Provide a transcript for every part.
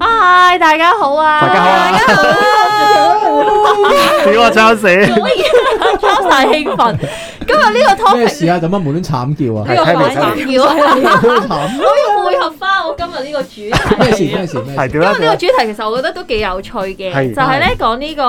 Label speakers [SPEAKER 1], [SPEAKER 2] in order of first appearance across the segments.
[SPEAKER 1] 唉，大家好啊！
[SPEAKER 2] 大家好啊
[SPEAKER 1] 大家好
[SPEAKER 2] 屌我撐死，
[SPEAKER 1] 哎，Charles 太興奮。今日呢個
[SPEAKER 3] 咩
[SPEAKER 1] topic
[SPEAKER 3] 事啊？做乜無端慘叫啊？
[SPEAKER 1] 呢個
[SPEAKER 2] 係
[SPEAKER 1] 反
[SPEAKER 2] 睇
[SPEAKER 1] 應叫係啊，
[SPEAKER 3] 慘
[SPEAKER 1] 可以配合翻我今日呢個主題。
[SPEAKER 3] 咩事咩事咩
[SPEAKER 2] 係
[SPEAKER 3] 事？
[SPEAKER 2] 屌
[SPEAKER 1] 因
[SPEAKER 2] 啦
[SPEAKER 1] 為呢
[SPEAKER 2] 屌
[SPEAKER 1] 個
[SPEAKER 2] 啦
[SPEAKER 1] 主題其實我覺得都幾有趣嘅，
[SPEAKER 2] 啊係
[SPEAKER 1] 就係咧講呢個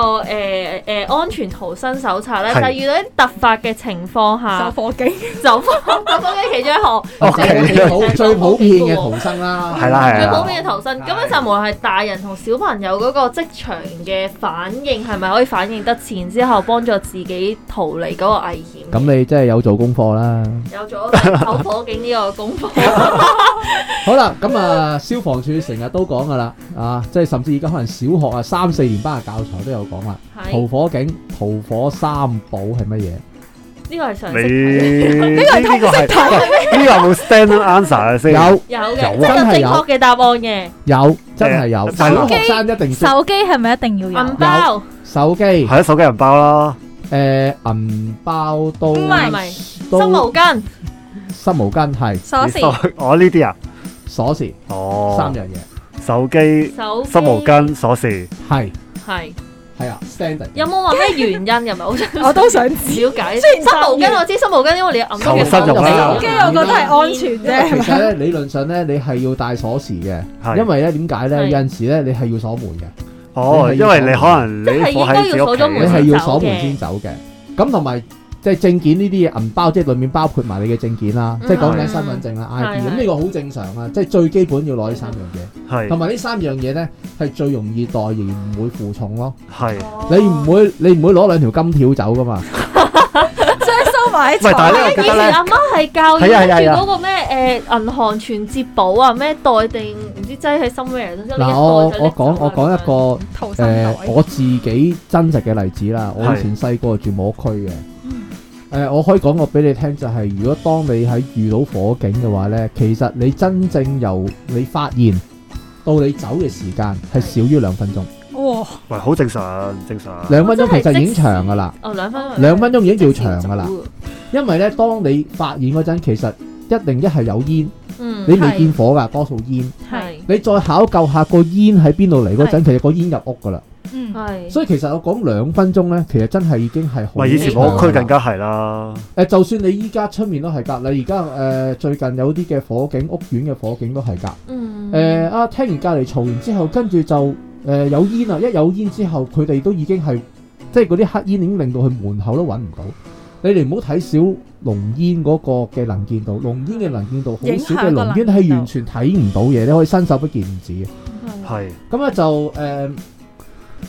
[SPEAKER 1] 誒誒安全逃生手冊咧，
[SPEAKER 2] 係
[SPEAKER 1] 就係遇到啲突發嘅情況下
[SPEAKER 4] 手火警，
[SPEAKER 1] 就放放嘅其中一項。
[SPEAKER 2] 哦
[SPEAKER 3] 即係最普最普遍嘅逃生啦，
[SPEAKER 2] 係啦係
[SPEAKER 1] 最
[SPEAKER 2] 啦
[SPEAKER 1] 普遍嘅逃生，咁樣就無論係大人同小朋友嗰個職場嘅反應，係咪可以反應得前之後，幫助自己逃離嗰個危險？
[SPEAKER 3] 咁你真係有做功課啦。
[SPEAKER 1] 有咗口火警呢個功課，
[SPEAKER 3] 好啦，咁啊，消防處成日都講噶啦，啊，即係甚至而家可能小學啊三四年班嘅教材都有講啦。逃
[SPEAKER 1] 係
[SPEAKER 3] 火警、逃火三寶係乜嘢？
[SPEAKER 1] 呢個係常識題，
[SPEAKER 2] 你呢個呢個係喂呢個有冇 standard answer 啊先？
[SPEAKER 3] 有
[SPEAKER 1] 有嘅，
[SPEAKER 2] 有
[SPEAKER 1] 即
[SPEAKER 3] 啊
[SPEAKER 1] 係有正確嘅答案嘅，
[SPEAKER 3] 有，真係有。
[SPEAKER 2] 但係
[SPEAKER 3] 小學生一定識
[SPEAKER 4] 手機係咪一定要有
[SPEAKER 1] 銀？包
[SPEAKER 3] 手機、
[SPEAKER 2] 係啊，手機人包啦，
[SPEAKER 3] 誒銀包都
[SPEAKER 1] 唔係唔係
[SPEAKER 3] 都
[SPEAKER 1] 濕毛巾、
[SPEAKER 3] 濕毛巾係
[SPEAKER 4] 鎖
[SPEAKER 2] 你手
[SPEAKER 4] 匙、
[SPEAKER 2] 我呢啲啊，
[SPEAKER 3] 鎖匙
[SPEAKER 2] 哦，
[SPEAKER 3] 三樣嘢
[SPEAKER 2] 手機、
[SPEAKER 1] 手機
[SPEAKER 2] 濕毛，巾、鎖匙，
[SPEAKER 3] 係
[SPEAKER 1] 係
[SPEAKER 3] 係啊，standard
[SPEAKER 1] 有冇話咩原因㗎？咪好想
[SPEAKER 4] 我都想知。
[SPEAKER 1] 了解。
[SPEAKER 4] 雖然
[SPEAKER 1] 濕毛
[SPEAKER 4] 手
[SPEAKER 1] 巾我知濕毛巾，因為你揞到
[SPEAKER 2] 求
[SPEAKER 1] 嘅
[SPEAKER 2] 生欲啦
[SPEAKER 4] 手機我覺得係安全 啫，係
[SPEAKER 3] 其
[SPEAKER 4] 咪
[SPEAKER 3] 實咧，理論上咧，你係要帶鎖匙嘅，
[SPEAKER 2] 係
[SPEAKER 3] 因為咧點解
[SPEAKER 1] 係
[SPEAKER 3] 咧？有陣時咧，你係要鎖門嘅，
[SPEAKER 2] 哦，
[SPEAKER 3] 你係
[SPEAKER 2] 因
[SPEAKER 3] 要
[SPEAKER 2] 為你
[SPEAKER 3] 鎖
[SPEAKER 2] 可能
[SPEAKER 1] 即係
[SPEAKER 2] 你放
[SPEAKER 1] 應該
[SPEAKER 2] 喺
[SPEAKER 1] 要
[SPEAKER 2] 自己屋
[SPEAKER 1] 鎖咗門
[SPEAKER 3] 你
[SPEAKER 2] 企，
[SPEAKER 3] 係
[SPEAKER 1] 先走
[SPEAKER 3] 要鎖門
[SPEAKER 1] 嘅
[SPEAKER 3] 先走嘅。咁同埋即係證件呢啲嘢，銀包即係裡面包括埋你嘅證件啦，
[SPEAKER 1] 嗯
[SPEAKER 3] 即係講緊身份證啦、
[SPEAKER 1] 係
[SPEAKER 3] ID
[SPEAKER 1] 係
[SPEAKER 3] 咁呢個好正常啊，即係最基本要攞呢三樣嘢，同
[SPEAKER 2] 係
[SPEAKER 3] 埋呢三樣嘢咧係最容易帶而唔會負重咯。
[SPEAKER 2] 係。
[SPEAKER 1] 哦
[SPEAKER 3] 你唔會你唔會攞兩條金條走噶嘛？
[SPEAKER 4] 將收埋喺
[SPEAKER 2] 喂但係呢我覺
[SPEAKER 4] 床。
[SPEAKER 1] 以
[SPEAKER 2] 得
[SPEAKER 1] 前
[SPEAKER 2] 咧
[SPEAKER 1] 阿媽係教
[SPEAKER 2] 係啊係啊
[SPEAKER 1] 跟
[SPEAKER 2] 係
[SPEAKER 1] 住
[SPEAKER 2] 啊
[SPEAKER 1] 嗰個咩誒銀行存摺簿啊，咩待定唔知擠喺 somewhere 之後呢一袋
[SPEAKER 3] 嗱，我
[SPEAKER 1] 就
[SPEAKER 3] 我
[SPEAKER 1] 拎走
[SPEAKER 3] 講
[SPEAKER 1] 啦
[SPEAKER 3] 我講一個
[SPEAKER 4] 逃生啊
[SPEAKER 3] 誒
[SPEAKER 4] 袋，
[SPEAKER 3] 我自己真實嘅例子啦，我以前細個住冇屋區嘅。誒、我可以講個俾你聽，就係、如果當你喺遇到火警嘅話呢，其實你真正由你發現到你走嘅時間係少於兩分鐘，
[SPEAKER 4] 哇！
[SPEAKER 2] 喂，好正常，正常。
[SPEAKER 3] 兩分鐘其實已經長噶啦，
[SPEAKER 1] 哦兩分鐘
[SPEAKER 3] 兩分鐘已經叫長噶啦。，因為呢，當你發現嗰陣，其實一定一係有煙，
[SPEAKER 1] 嗯，
[SPEAKER 3] 你未見火㗎，多數煙。
[SPEAKER 1] 係
[SPEAKER 3] 你再考究下個煙喺邊度嚟嗰陣，其實個煙入屋㗎啦。
[SPEAKER 4] 嗯，
[SPEAKER 1] 係
[SPEAKER 3] 所以其實我講兩分鐘呢，其實真係已經係好。
[SPEAKER 2] 喂，以前
[SPEAKER 1] 我
[SPEAKER 2] 我屋區更加係啦，
[SPEAKER 3] 誒，就算你依家出面都係㗎，你而家誒最近有啲嘅火警，屋苑嘅火警都係㗎。誒、
[SPEAKER 1] 嗯
[SPEAKER 3] 啊，聽完隔離嘈完之後，跟住就誒、有煙啊！一有煙之後，佢哋都已經係即係嗰啲黑煙已經令到佢門口都揾唔到。你哋唔好睇小濃煙嗰個嘅能見度，濃煙嘅能見度好
[SPEAKER 4] 影
[SPEAKER 3] 少
[SPEAKER 4] 響
[SPEAKER 3] 嘅
[SPEAKER 4] 個
[SPEAKER 3] 濃煙
[SPEAKER 4] 能見
[SPEAKER 3] 係
[SPEAKER 4] 度
[SPEAKER 3] 完全睇唔到嘢，你可以伸手不見五指嘅。
[SPEAKER 2] 係
[SPEAKER 3] 咁咧就誒、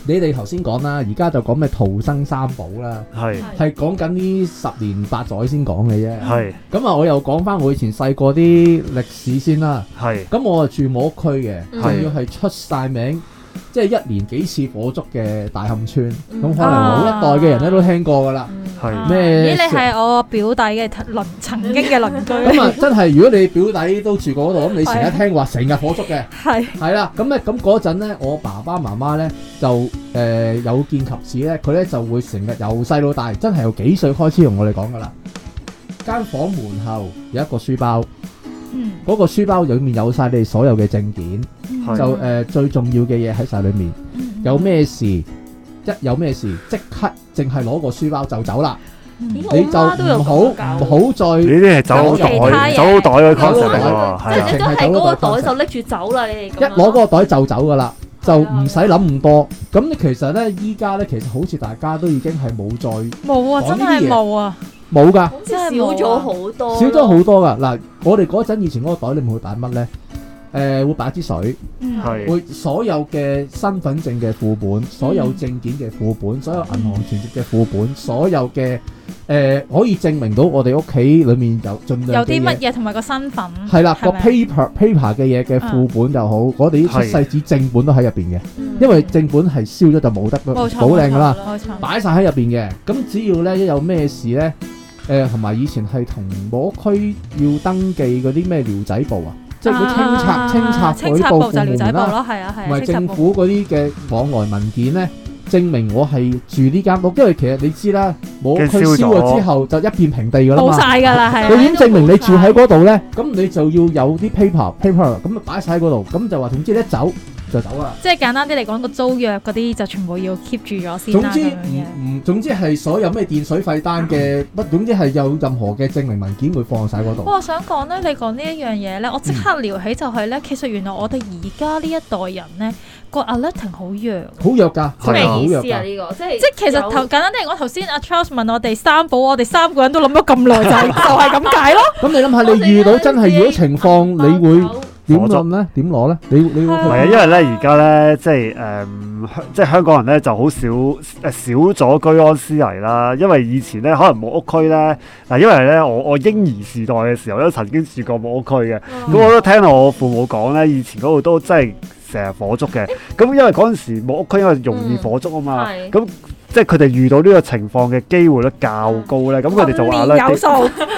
[SPEAKER 3] 你哋頭先講啦，而家就講咩逃生三寶啦，
[SPEAKER 2] 係
[SPEAKER 3] 係講緊呢十年八載先講嘅啫。
[SPEAKER 2] 係
[SPEAKER 3] 咁啊，我又講翻我以前細個啲歷史先啦。
[SPEAKER 2] 係
[SPEAKER 3] 咁我啊住冇屋區嘅，
[SPEAKER 1] 嗯
[SPEAKER 3] 仲要係出晒名，即係一年幾次火燭嘅大磡村。咁
[SPEAKER 1] 嗯
[SPEAKER 3] 可能老一代嘅人咧都聽過噶啦。
[SPEAKER 2] 係
[SPEAKER 3] 咩
[SPEAKER 4] 咦？你係我表弟嘅鄰曾經 嘅鄰居，
[SPEAKER 3] 咁啊，真係如果你表弟都住過嗰度，咁你成日聽話成日火燭嘅，
[SPEAKER 4] 係
[SPEAKER 3] 係啦。咁咧咁嗰陣咧，我爸爸媽媽咧就誒、呃有見及此咧，佢咧就會成日由細到大，真係由幾歲開始同我哋講噶啦。間房門後有一個書包。
[SPEAKER 4] 嗯
[SPEAKER 3] 嗰個書包裏面有晒你哋所有嘅證件，就
[SPEAKER 2] 係
[SPEAKER 3] 誒、呃最重要嘅嘢喺晒裏面。有咩事一有咩事，即刻淨係攞個書包就走啦，
[SPEAKER 1] 咦我
[SPEAKER 3] 你就
[SPEAKER 1] 媽都有
[SPEAKER 3] 唔好
[SPEAKER 1] 咁教
[SPEAKER 3] 唔好再
[SPEAKER 2] 呢啲係走
[SPEAKER 4] 有其他
[SPEAKER 2] 袋
[SPEAKER 4] 嘢
[SPEAKER 2] 走袋嘅
[SPEAKER 3] 走佬
[SPEAKER 2] concept
[SPEAKER 3] 袋
[SPEAKER 2] 嚟喎，
[SPEAKER 1] 即係
[SPEAKER 2] 係啊
[SPEAKER 1] 你都係嗰個袋就拎住走啦，你哋
[SPEAKER 3] 一攞個袋就走噶啦，就唔使諗咁多。咁你其實呢，依家呢，其實好似大家都已經係冇再
[SPEAKER 4] 冇啊，真係冇啊，
[SPEAKER 3] 冇噶，
[SPEAKER 1] 好似少咗好多，
[SPEAKER 3] 少咗好多噶。嗱，我哋嗰陣以前嗰個袋裏面會擺乜呢？誒、會擺支水。
[SPEAKER 4] 嗯
[SPEAKER 2] 係
[SPEAKER 3] 會所有嘅身份證嘅副本、所有證件嘅副本、所有銀行存摺嘅副本、所有嘅誒、呃可以證明到我哋屋企裏面有盡量
[SPEAKER 4] 有
[SPEAKER 3] 嘅嘢
[SPEAKER 4] 啲乜，嘢同埋個身份
[SPEAKER 3] 係啦個
[SPEAKER 4] 係咪
[SPEAKER 3] paper paper 嘅嘢嘅副本又好，我哋啲出
[SPEAKER 2] 係
[SPEAKER 3] 世紙正本都喺入邊嘅，
[SPEAKER 1] 嗯
[SPEAKER 3] 因為正本係燒咗就冇得
[SPEAKER 4] 冇
[SPEAKER 3] 保
[SPEAKER 4] 錯
[SPEAKER 3] 靚㗎啦，
[SPEAKER 4] 冇錯，
[SPEAKER 3] 擺晒喺入邊嘅。咁只要咧一有咩事咧，誒同埋以前係同某屋區要登記嗰啲咩寮仔部啊，即係佢清拆清拆
[SPEAKER 4] 清
[SPEAKER 3] 嗰啲
[SPEAKER 4] 拆部
[SPEAKER 3] 部
[SPEAKER 4] 就
[SPEAKER 3] 部
[SPEAKER 4] 寮仔
[SPEAKER 3] 門
[SPEAKER 4] 部
[SPEAKER 3] 啦。
[SPEAKER 4] 咯，係啊
[SPEAKER 3] 唔
[SPEAKER 4] 係啊，
[SPEAKER 3] 係
[SPEAKER 4] 清拆
[SPEAKER 3] 政
[SPEAKER 4] 部
[SPEAKER 3] 府嗰啲嘅往來文件咧，證明我係住呢間屋，因為其實你知啦，冇屋區
[SPEAKER 2] 嘅燒
[SPEAKER 3] 燒咗
[SPEAKER 2] 咗
[SPEAKER 3] 之後就一片平地㗎啦
[SPEAKER 4] 冇
[SPEAKER 3] 嘛。
[SPEAKER 4] 晒㗎啦，係
[SPEAKER 3] 你
[SPEAKER 4] 啊
[SPEAKER 3] 已經證明你住喺嗰度咧，咁你就要有啲 paper paper 咁啊擺晒喺嗰度，咁就話總之一走就走啦。
[SPEAKER 4] 即係簡單啲嚟講，個租約嗰啲就全部要 keep 住咗先
[SPEAKER 3] 總
[SPEAKER 4] 啦。
[SPEAKER 3] 之
[SPEAKER 4] 咁樣嘅
[SPEAKER 3] 唔唔，總之係所有咩電水費單嘅，不總之係有任何嘅證明文件會放晒嗰度。
[SPEAKER 4] 哇我想講咧，你講呢一樣嘢咧，我即刻撩起就係咧，其實原來我哋而家呢一代人咧個 alerting 好弱。
[SPEAKER 3] 好
[SPEAKER 2] 係
[SPEAKER 3] 弱㗎，係
[SPEAKER 2] 啊
[SPEAKER 3] 啊，好
[SPEAKER 1] 咩意
[SPEAKER 3] 弱
[SPEAKER 1] 思啊？
[SPEAKER 3] 㗎。
[SPEAKER 1] 呢個即係
[SPEAKER 4] 即係其實
[SPEAKER 1] 有
[SPEAKER 4] 頭簡單啲嚟講，頭先阿 Charles 問我哋三寶，我哋三個人都諗咗咁耐，就係就係咁解咯。
[SPEAKER 3] 咁你諗下，你遇到真係如果情況，你會點諗咧？點攞咧？你你會
[SPEAKER 4] 係
[SPEAKER 2] 唔係啊，因為咧而家咧即係誒、香即係香港人咧就好少誒、少咗居安思危啦，因為以前咧可能冇屋區咧，嗱因為咧我我嬰兒時代嘅時候咧曾經住過冇屋區嘅，
[SPEAKER 1] 嗯
[SPEAKER 2] 咁、我都聽我父母講咧，以前嗰度都真係成日火燭嘅，咁因為嗰陣時冇屋區，因為容易火燭啊嘛，
[SPEAKER 1] 嗯係
[SPEAKER 2] 咁、即係佢哋遇到呢個情況嘅機會率較高咧，咁佢哋就話咧
[SPEAKER 4] 訓練有數，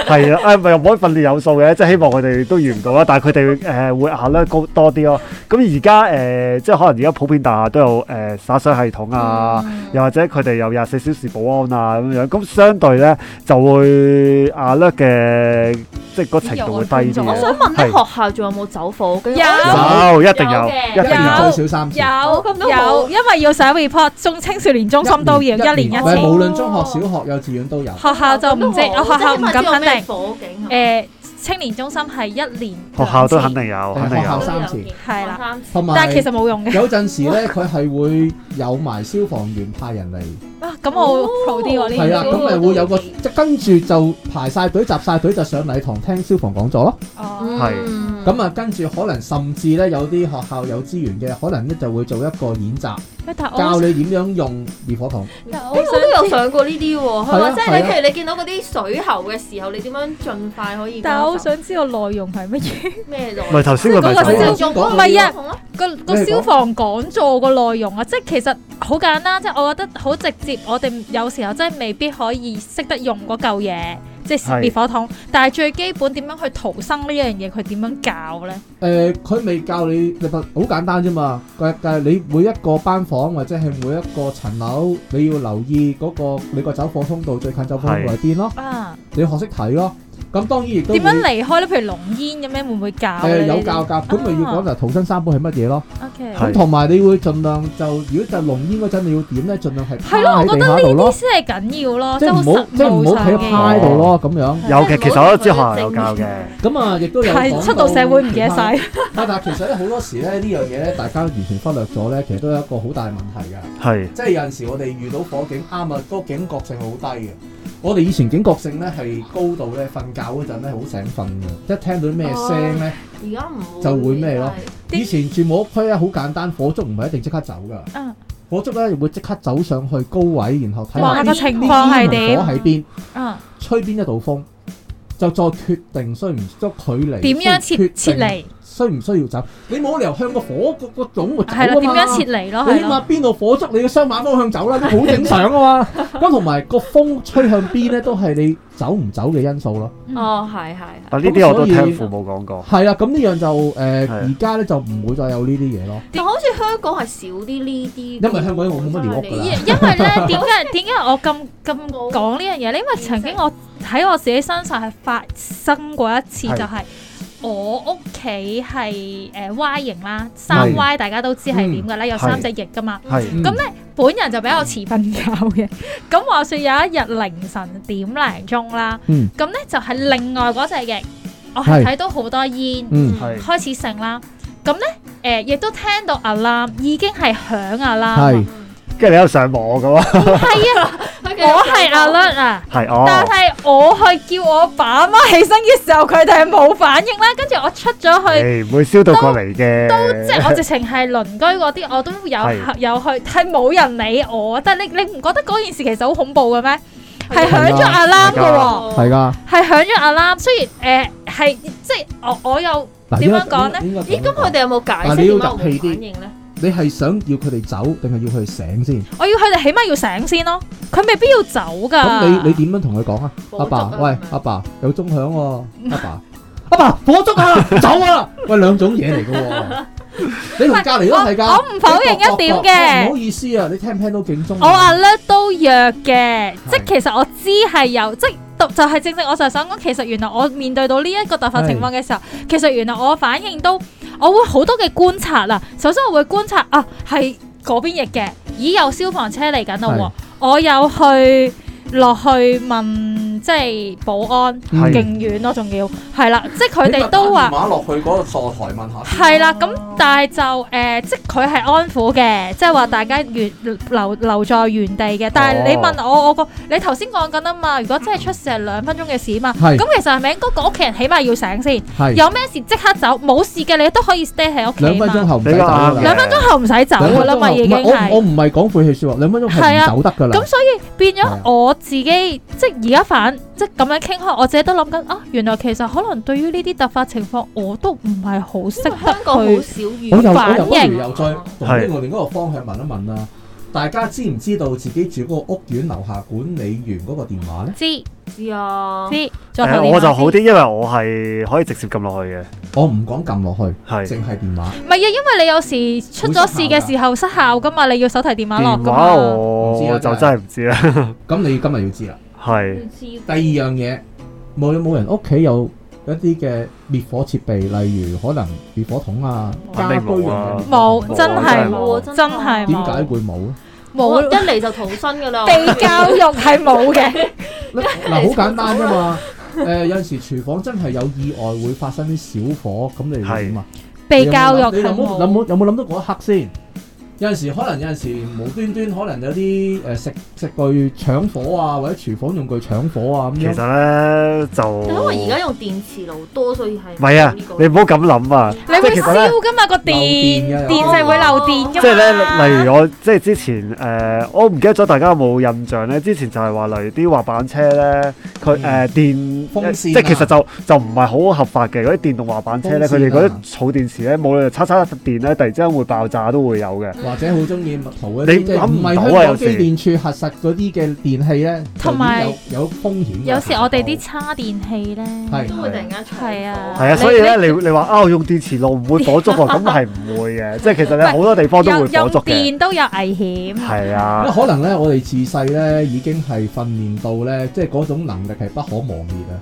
[SPEAKER 2] 係啊，啊唔係又唔可以訓練有數嘅，即係希望佢哋都遇唔到啦。但係佢哋誒會壓得高多啲咯。咁而家誒即係可能而家普遍大廈都有誒灑水系統啊，又或者佢哋有廿四小時保安啊咁樣。咁相對咧就會壓得嘅，即係個程度會低
[SPEAKER 1] 我
[SPEAKER 2] 啲
[SPEAKER 1] 想問咧，學校仲有冇走火警？
[SPEAKER 4] 有
[SPEAKER 2] 嘅。有一定有，
[SPEAKER 1] 有嘅
[SPEAKER 2] 一定有。
[SPEAKER 4] 有
[SPEAKER 3] 最少三次。
[SPEAKER 4] 有
[SPEAKER 1] 咁都
[SPEAKER 4] 有，
[SPEAKER 1] 冇
[SPEAKER 4] 因為要寫 report，中青少年
[SPEAKER 3] Dạ.
[SPEAKER 4] 中心都要一年一
[SPEAKER 3] 唔係
[SPEAKER 4] 次，
[SPEAKER 3] 無論中學、小學、幼稚園都有。
[SPEAKER 4] 學校就唔知，我學校唔敢肯定。
[SPEAKER 1] 火警
[SPEAKER 4] 誒，青年中心係一年
[SPEAKER 2] 學校都肯
[SPEAKER 4] 兩次，
[SPEAKER 2] 定有，
[SPEAKER 3] 係
[SPEAKER 2] 肯定
[SPEAKER 3] 學校
[SPEAKER 2] 有。
[SPEAKER 3] 三次
[SPEAKER 4] 係啦
[SPEAKER 1] 三次
[SPEAKER 3] 同埋
[SPEAKER 4] 但係其實冇用嘅。
[SPEAKER 3] 有陣時咧，佢係會有埋消防員派人嚟，
[SPEAKER 4] 啊咁我 pro 啲喎呢
[SPEAKER 3] 哦係啊，
[SPEAKER 4] 啲
[SPEAKER 3] 咁咪會有個即跟住就排晒隊、集晒隊就上禮堂聽消防講座咯。
[SPEAKER 4] 哦，
[SPEAKER 2] 係
[SPEAKER 1] 係
[SPEAKER 3] 咁啊，跟住可能甚至咧有啲學校有資源嘅，可能咧就會做一個演習，
[SPEAKER 4] 喂但係
[SPEAKER 3] 教
[SPEAKER 4] 我
[SPEAKER 3] 你點樣用滅火筒。
[SPEAKER 4] 但係
[SPEAKER 1] 我
[SPEAKER 4] 我
[SPEAKER 1] 都有上過呢啲喎，佢
[SPEAKER 3] 係
[SPEAKER 1] 話
[SPEAKER 3] 啊
[SPEAKER 1] 即係
[SPEAKER 3] 係
[SPEAKER 1] 你
[SPEAKER 3] 啊
[SPEAKER 1] 譬如你見到嗰啲水喉嘅時候，你點樣盡快可以幫手？
[SPEAKER 4] 但係我好想知道內容係乜嘢。
[SPEAKER 1] 咩內
[SPEAKER 2] 咪頭先佢咪就
[SPEAKER 4] 嗰個
[SPEAKER 2] 係
[SPEAKER 3] 先
[SPEAKER 2] 話
[SPEAKER 1] 仲
[SPEAKER 3] 唔
[SPEAKER 4] 係啊
[SPEAKER 1] 啊，
[SPEAKER 4] 個個
[SPEAKER 3] 咩嚟講
[SPEAKER 4] 消防講座個內容啊，即係其實好簡單，即係我覺得好直接。我哋有時候真係未必可以識得用嗰嚿嘢，即係
[SPEAKER 2] 係
[SPEAKER 4] 滅火筒。但係最基本點樣去逃生呢樣嘢，佢點樣教呢？
[SPEAKER 3] 誒，佢未教你，你咪好簡單啫嘛。佢但係你每一個班房或者係每一個層樓，你要留意嗰個你個走火通道最近走火通道係邊咯，
[SPEAKER 4] 啊，
[SPEAKER 3] 你要學識睇咯。咁當然亦都
[SPEAKER 4] 點樣
[SPEAKER 3] 會
[SPEAKER 4] 離開呢？譬如濃煙咁樣，會唔會教
[SPEAKER 3] 誒、
[SPEAKER 4] 咧？
[SPEAKER 3] 啊有教㗎，咁咪要講就係逃生三寶係乜嘢咯。
[SPEAKER 4] O K，
[SPEAKER 2] 係
[SPEAKER 3] 咁同埋你會盡量就，如果就濃煙嗰陣你要點咧，盡量係趴
[SPEAKER 4] 係咯，我
[SPEAKER 3] 喺
[SPEAKER 4] 覺
[SPEAKER 3] 地
[SPEAKER 4] 得
[SPEAKER 3] 下
[SPEAKER 4] 呢
[SPEAKER 3] 度
[SPEAKER 4] 啲
[SPEAKER 3] 咯，
[SPEAKER 4] 先係緊要咯，
[SPEAKER 3] 即
[SPEAKER 4] 係
[SPEAKER 3] 係
[SPEAKER 4] 好
[SPEAKER 3] 唔好
[SPEAKER 4] 實
[SPEAKER 3] 即係唔
[SPEAKER 4] 務
[SPEAKER 3] 好企
[SPEAKER 4] 上
[SPEAKER 3] 喺趴喺
[SPEAKER 4] 嘅。
[SPEAKER 3] 度咯咁樣。
[SPEAKER 2] 有嘅，其實我都知學校有教嘅，
[SPEAKER 3] 咁啊，亦都有講
[SPEAKER 4] 係
[SPEAKER 3] 到
[SPEAKER 4] 出到社會唔記得
[SPEAKER 3] 其他
[SPEAKER 4] 晒。
[SPEAKER 3] 啊！但係其實咧，好多時咧呢樣嘢咧，大家完全忽略咗咧，其實都有一個好大問題㗎。
[SPEAKER 2] 係
[SPEAKER 3] 即係有陣時我哋遇到火警，啱啊，嗰個警覺性好低嘅。我哋以前警覺性咧係高到咧，瞓覺嗰陣咧好醒瞓嘅，一聽到咩聲咧，
[SPEAKER 1] 而家唔
[SPEAKER 3] 就會咩咯
[SPEAKER 4] 哦啲
[SPEAKER 3] 以前住木屋區咧好簡單，火燭唔係一定即刻走㗎。
[SPEAKER 4] 嗯
[SPEAKER 3] 火燭咧會即刻走上去高位，然後睇
[SPEAKER 4] 望
[SPEAKER 3] 下
[SPEAKER 4] 下個
[SPEAKER 3] 啲
[SPEAKER 4] 情況係
[SPEAKER 3] 煙
[SPEAKER 4] 點
[SPEAKER 3] 同火喺邊，
[SPEAKER 4] 嗯，
[SPEAKER 3] 吹邊一道風，就再決定需唔需要距離，
[SPEAKER 4] 點樣
[SPEAKER 3] 需
[SPEAKER 4] 撤
[SPEAKER 3] 唔決定
[SPEAKER 4] 撤，離？
[SPEAKER 3] 需唔需要走？你冇理由向個火個個種個走
[SPEAKER 4] 係
[SPEAKER 3] 啊
[SPEAKER 4] 啦，
[SPEAKER 3] 嘛。啊
[SPEAKER 4] 點樣撤離咯？
[SPEAKER 3] 你
[SPEAKER 4] 係
[SPEAKER 3] 起
[SPEAKER 4] 咯。
[SPEAKER 3] 碼邊度火燭，你要雙馬方向 走啦，都好正常啊嘛。咁同埋個風吹向邊咧，都係你走唔走嘅因素咯。
[SPEAKER 1] 哦，係係係。
[SPEAKER 2] 但呢啲我都
[SPEAKER 3] 咁所以
[SPEAKER 2] 聽父母講過，
[SPEAKER 3] 係啦，咁呢樣就誒
[SPEAKER 2] 係
[SPEAKER 3] 而家咧就唔會再有呢啲嘢咯，
[SPEAKER 1] 但好似香港係少啲呢啲，
[SPEAKER 3] 因為香港我冇乜寮屋㗎
[SPEAKER 4] 因
[SPEAKER 3] 啦。
[SPEAKER 4] 因 為咧，點解點解我咁咁講呢樣嘢咧？因為曾經我喺我自己身上係發生過一次，
[SPEAKER 2] 係
[SPEAKER 4] 就係我屋企係誒 Y 型啦，三
[SPEAKER 2] 係
[SPEAKER 4] Y 大家都知係點㗎啦，有三隻翼㗎嘛。
[SPEAKER 2] 係
[SPEAKER 3] 嗯
[SPEAKER 4] 咁咧，本人就比較遲瞓覺嘅。咁話說有一日凌晨點零鐘啦，
[SPEAKER 3] 嗯
[SPEAKER 4] 咁咧就係另外嗰隻翼，我
[SPEAKER 3] 係
[SPEAKER 4] 係睇到好多煙。
[SPEAKER 3] 嗯
[SPEAKER 2] 係
[SPEAKER 4] 開始盛啦，咁咧誒亦都聽到 alarm，已經係響 alarm
[SPEAKER 3] 係
[SPEAKER 1] Ừ.
[SPEAKER 4] 啦。
[SPEAKER 2] 跟住你喺度上網嘅喎，
[SPEAKER 4] 係啊，我係 alert 啊，
[SPEAKER 2] 係
[SPEAKER 4] 但
[SPEAKER 2] 哦，
[SPEAKER 4] 係我去叫我爸媽起身嘅時候，佢哋係冇反應啦。跟住我出咗
[SPEAKER 3] 哎
[SPEAKER 4] 去，
[SPEAKER 2] 誒唔會燒到過嚟嘅，
[SPEAKER 4] 即 係我直情係鄰居嗰啲，我都有
[SPEAKER 2] 係
[SPEAKER 4] 有去，係冇人理我。但係你你唔覺得嗰件事其實好恐怖嘅咩？係響咗
[SPEAKER 3] 係啊
[SPEAKER 4] alarm 嘅
[SPEAKER 1] 係
[SPEAKER 4] 喎，
[SPEAKER 3] 係㗎。
[SPEAKER 4] 係響咗 alarm。雖然誒係即係我我又
[SPEAKER 3] 嗱
[SPEAKER 4] 點樣講咧？
[SPEAKER 3] 應該
[SPEAKER 1] 咦，咁佢哋有冇解釋
[SPEAKER 3] 嗱
[SPEAKER 1] 點解
[SPEAKER 3] 你要
[SPEAKER 1] 我
[SPEAKER 3] 入戲
[SPEAKER 1] 冇
[SPEAKER 3] 啲
[SPEAKER 1] 反應咧？
[SPEAKER 3] 你係想要佢哋走，定係要佢哋醒先？
[SPEAKER 4] 我要佢哋起碼要醒先咯，佢未必要走噶。
[SPEAKER 3] 咁你你點樣同佢講啊？
[SPEAKER 1] 火燭
[SPEAKER 3] 阿爸
[SPEAKER 1] 啊，
[SPEAKER 3] 喂
[SPEAKER 1] 係咪，
[SPEAKER 3] 阿爸有鐘響喎，阿爸，阿爸火燭啊，走啊！喂，兩種嘢嚟嘅喎，你同隔離都係㗎。
[SPEAKER 4] 我我唔否認一點嘅
[SPEAKER 3] 喂唔好意思啊，你聽唔聽到警鐘啊？
[SPEAKER 4] 我話咧都弱嘅，即係其實我知係有，即係就就係正正我就係想講，其實原來我面對到呢一個突發情況嘅時候，其實原來我反應都，我我會好多嘅觀察啦。首先我會觀察啊，係嗰邊譯嘅，咦有消防車嚟緊
[SPEAKER 3] 係
[SPEAKER 4] 啦喎，我有去落去問即係保安
[SPEAKER 2] 係
[SPEAKER 4] 勁遠咯，仲要係啦，即係佢哋都話。
[SPEAKER 5] 馬落去嗰個坐台問下先。
[SPEAKER 4] 係啦，咁但係就誒、呃即係佢係安撫嘅，即係話大家原留留在原地嘅。但
[SPEAKER 3] 哦
[SPEAKER 4] 係你問我，我個你頭先講緊啊嘛，如果真係出事係兩分鐘嘅事啊嘛，
[SPEAKER 3] 係
[SPEAKER 4] 咁其實係咪應該個屋企人起碼要醒先？
[SPEAKER 3] 係
[SPEAKER 4] 有咩事即刻走，冇事嘅你都可以 stay 喺屋企
[SPEAKER 3] 兩分鐘
[SPEAKER 4] 嘛。
[SPEAKER 3] 後唔使走㗎
[SPEAKER 2] 你講啱
[SPEAKER 3] 啦
[SPEAKER 2] 嘅
[SPEAKER 4] 兩分鐘後唔使走
[SPEAKER 3] 兩
[SPEAKER 4] 噶
[SPEAKER 3] 分鐘
[SPEAKER 4] 啦
[SPEAKER 3] 後
[SPEAKER 4] 嘛，已經
[SPEAKER 3] 唔係我我
[SPEAKER 4] 係。
[SPEAKER 3] 唔係講晦氣説話，兩分鐘
[SPEAKER 4] 係啊
[SPEAKER 3] 係唔走得㗎啦。
[SPEAKER 4] 咁所以變
[SPEAKER 3] 係啊
[SPEAKER 4] 咗我自己，即係而家反即係咁樣傾開，我自己都諗緊啊，原來其實可能對於呢啲突發情況，我都唔係好識
[SPEAKER 1] 因為香港好
[SPEAKER 4] 得去。
[SPEAKER 1] 少遇
[SPEAKER 3] 我又我
[SPEAKER 4] 反
[SPEAKER 3] 又不如
[SPEAKER 4] 應
[SPEAKER 3] 又再從呢個另一個方向問一問啦。大家知唔知道自己住嗰個屋苑樓下管理員嗰個電話咧？
[SPEAKER 4] 知
[SPEAKER 1] 知啊，
[SPEAKER 4] 知，再
[SPEAKER 2] 誒
[SPEAKER 4] 同你
[SPEAKER 2] 我
[SPEAKER 4] 講
[SPEAKER 2] 就
[SPEAKER 4] 先
[SPEAKER 2] 好啲，因為我係可以直接撳落去嘅，
[SPEAKER 3] 我唔講撳落去，
[SPEAKER 2] 係
[SPEAKER 3] 淨係電話。
[SPEAKER 4] 唔係啊，因為你有時出咗事嘅時候失效噶嘛，你要手提電話落啊
[SPEAKER 2] 電
[SPEAKER 4] 噶
[SPEAKER 2] 話
[SPEAKER 4] 嘛。
[SPEAKER 2] 我
[SPEAKER 3] 唔知
[SPEAKER 2] 就
[SPEAKER 3] 啊真係
[SPEAKER 2] 真係唔知啦，
[SPEAKER 3] 咁你今日要知啦。
[SPEAKER 2] 係
[SPEAKER 1] 知
[SPEAKER 3] 第二樣嘢，冇冇人屋企有一啲嘅滅火設備，例如可能滅火筒啊、
[SPEAKER 2] 肯
[SPEAKER 3] 家
[SPEAKER 2] 定
[SPEAKER 3] 居用
[SPEAKER 2] 冇啊
[SPEAKER 3] 嘅。
[SPEAKER 4] 冇真係
[SPEAKER 1] 冇
[SPEAKER 4] 冇，真係
[SPEAKER 3] 點解
[SPEAKER 4] 冇。
[SPEAKER 3] 會冇咧？
[SPEAKER 1] 我一
[SPEAKER 4] 冇
[SPEAKER 1] 嚟就逃生噶啦，
[SPEAKER 4] 被教育係冇嘅，
[SPEAKER 3] 嗱，好簡單啫嘛。誒、有陣時廚房真係有意外會發生啲小火，咁你會點啊？
[SPEAKER 4] 被教育
[SPEAKER 3] 你有
[SPEAKER 4] 係
[SPEAKER 3] 冇有
[SPEAKER 4] 冇。
[SPEAKER 3] 冇有冇諗到嗰一刻先？有陣時可能有陣時無端端可能有啲誒食食具搶火啊，或者廚房用具搶火啊咁
[SPEAKER 2] 其
[SPEAKER 3] 樣。
[SPEAKER 2] 實咧就
[SPEAKER 1] 但因為而家用電磁爐多，所以係
[SPEAKER 2] 唔係啊，你唔好咁諗啊。
[SPEAKER 4] 你會
[SPEAKER 2] 即係其實呢
[SPEAKER 4] 燒噶嘛個電，
[SPEAKER 3] 漏電嘅有
[SPEAKER 4] 電係會漏電
[SPEAKER 2] 即係
[SPEAKER 4] 噶
[SPEAKER 2] 咧，
[SPEAKER 4] 嘛。
[SPEAKER 2] 例例如我即係之前誒、呃我唔記得咗大家有冇印象咧？之前就係話，例如啲滑板車咧，佢誒、呃、電
[SPEAKER 3] 風扇
[SPEAKER 2] 即係其實就就唔係好合法嘅。嗰啲電動滑板車咧，佢哋嗰
[SPEAKER 3] 風扇啊
[SPEAKER 2] 啲儲電池咧，冇理由呃叉叉電咧，突然之間會爆炸都會有嘅。
[SPEAKER 3] 或者好中意圖一啲
[SPEAKER 2] 你
[SPEAKER 3] 即係
[SPEAKER 2] 諗
[SPEAKER 3] 唔
[SPEAKER 2] 唔
[SPEAKER 3] 係
[SPEAKER 2] 到啊
[SPEAKER 3] 香港
[SPEAKER 2] 有
[SPEAKER 3] 機
[SPEAKER 2] 時
[SPEAKER 3] 電處核實嗰啲嘅電器咧，
[SPEAKER 4] 同埋
[SPEAKER 3] 就已經有有風險㗎。
[SPEAKER 4] 有時我哋啲叉電器咧，
[SPEAKER 3] 係
[SPEAKER 1] 都會突然間除火
[SPEAKER 4] 係啊
[SPEAKER 2] 係啊，
[SPEAKER 4] 你
[SPEAKER 2] 所以咧，你你話啊，我用電磁爐唔會火燭 喎，咁係唔會嘅。即係其實咧，
[SPEAKER 4] 喂
[SPEAKER 2] 好多地方都會
[SPEAKER 4] 有
[SPEAKER 2] 火
[SPEAKER 4] 用
[SPEAKER 2] 燭嘅。
[SPEAKER 4] 電都有危險。
[SPEAKER 2] 係
[SPEAKER 3] 因
[SPEAKER 2] 啊
[SPEAKER 3] 為，可能咧，我哋自細咧已經係訓練到咧，即係嗰種能力係不可磨滅啊！